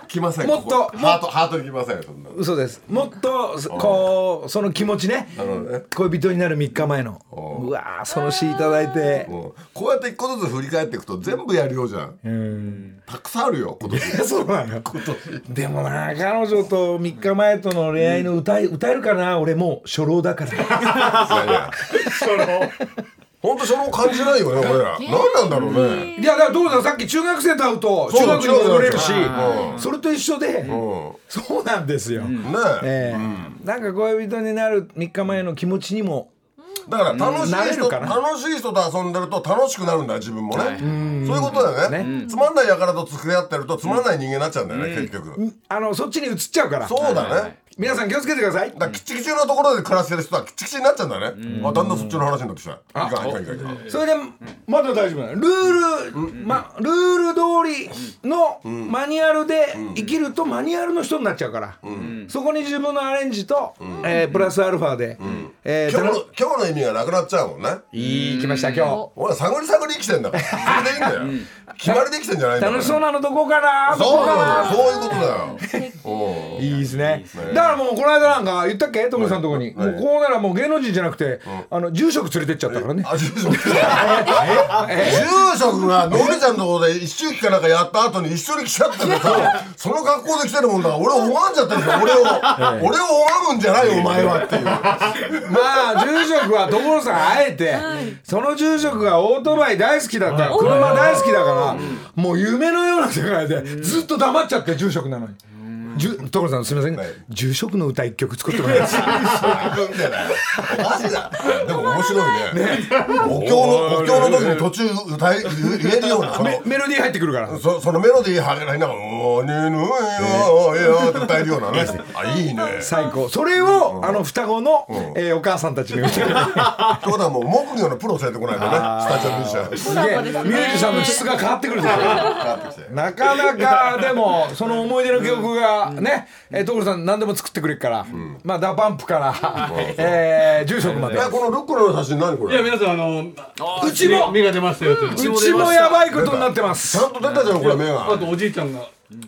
S2: 来ません
S1: もっと
S2: ここハートハートに来ませんそんな
S1: 嘘ですもっとこうその気持ちね
S2: ほどね
S1: 恋人になる3日前の
S2: おう
S1: うわーその詩いただいて
S2: もうこうやって一個ずつ振り返っていくと全部やるようじゃん
S1: うん
S2: たくさんあるよ今年
S1: そうなのよでもな彼女と3日前との恋愛の歌い歌えるかな俺もう初老だから
S2: 本当その感じないよね俺ら何なんだろうね
S1: いやだからどうださっき中学生と会うと
S2: そう
S1: 中学に戻れるし
S2: 中学うん
S1: それと一緒で
S2: うん
S1: そうなんですよ、
S2: ね
S1: ええなんか恋人になる3日前の気持ちにも
S2: だから楽し
S1: うん慣
S2: い
S1: れる
S2: 人
S1: かな
S2: 楽しい人と遊んでると楽しくなるんだよ自分もね、そういうことだよね
S1: ね
S2: つまんない輩と付き合ってるとつまんない人間になっちゃうんだよね、結局、
S1: んあのそっちに移っちゃうから
S2: そうだね、
S1: 皆さん気をつけてください
S2: だからキチキチのところで暮らしてる人はキチキチになっちゃうんだよね、あだんだんそっちの話になってきたいかんいかんいかんいかんいかん
S1: それでまだ大丈夫なのルール、ま、ルール通りのマニュアルで生きるとマニュアルの人になっちゃうから、そこに自分のアレンジと、えープラスアルファで、えー
S2: 今日の今日の意味がなくなっちゃうもんね
S1: いい来ました今
S2: 俺探り探り生きてんだからそれでいいんだよ、決まりで生きてんじゃない
S1: 日
S2: んだから
S1: 楽しそうなのどこかなど
S2: そ
S1: こ
S2: う
S1: かな
S2: だよそういうことだよおう
S1: いいですね。だからもうこの間なんか言ったっけ、トムさんのとこに、も
S2: はいう
S1: こうならもう芸能人じゃなくて、あの住職連れてっちゃったからね。
S2: あ住職住職がのりちゃんのところで一周期かなんかやった後に一緒に来ちゃったからさその格好で来てるもんだから俺を拝んじゃってるから俺を俺を拝むんじゃないよお前はっていう
S1: まあ住職は所さんあえて、その住職がオートバイ大好きだった、車大好きだから、もう夢のような世界でずっと黙っちゃって住職なのに。じゅ所さんすみません、
S2: はい
S1: 住職の歌一曲作ってもらえ ます
S2: みたいなマジだでも面白いねお経のお経の時に途中歌い言えるようなその
S1: メロディー入ってくるから。
S2: そそのメロディーはけないながら「おねぬよよ」って歌えるようなねあいいね
S1: 最高それを、あの双子の、えーお母さんたちに歌って
S2: ってことはもう木魚のプロ連れてこないとねスタジオミュージシャン
S1: すげえミュージシャンの質が変わってくるでしょ
S2: 変わってきて
S1: なかなかでもその思い出の曲がね、えー所さん何でも作ってくれるから、まあダパンプから、えー住職まで
S2: えこのルッコラの写真何こ
S5: いや
S2: れ
S5: 皆さんあの
S1: うちも
S5: 目が出ましたよという
S1: うちもやばいことになってます
S2: ちゃんと出たじゃんこれ目が
S5: あとおじいちゃんが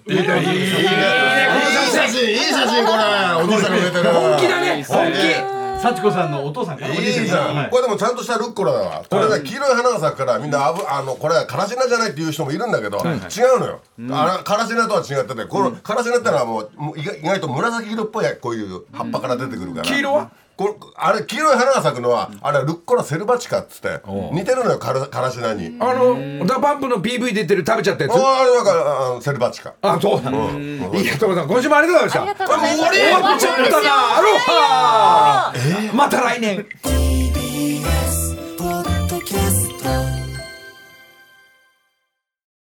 S2: いい写真いい写真これおじいさんが出てる
S1: 本気だね本気
S5: 幸子さんのお父さんかお
S2: いいじ
S5: ん
S2: ゃ
S5: は
S2: ん
S5: い
S2: これでもちゃんとしたルッコラだわこれね黄色い花が咲くからみんなあぶあのこれはカラシナじゃないっていう人もいるんだけど違うのよあらカラシナとは違っててこのカラシナってのはもうもう意外意外と紫色っぽいこういう葉っぱから出てくるから
S1: 黄色は
S2: これあれ黄色い花が咲くのはあれはルッコラセルバチカっつって似てるのよカラカラシナに
S1: あのダパンプの PV 出てる食べちゃったやつ
S2: ああれだからあのセルバチカ
S1: あそうなのいいや所さん今週もありがとうございました
S3: ありがとうございました
S1: 終わっちゃったなアロハまた来年
S8: TBS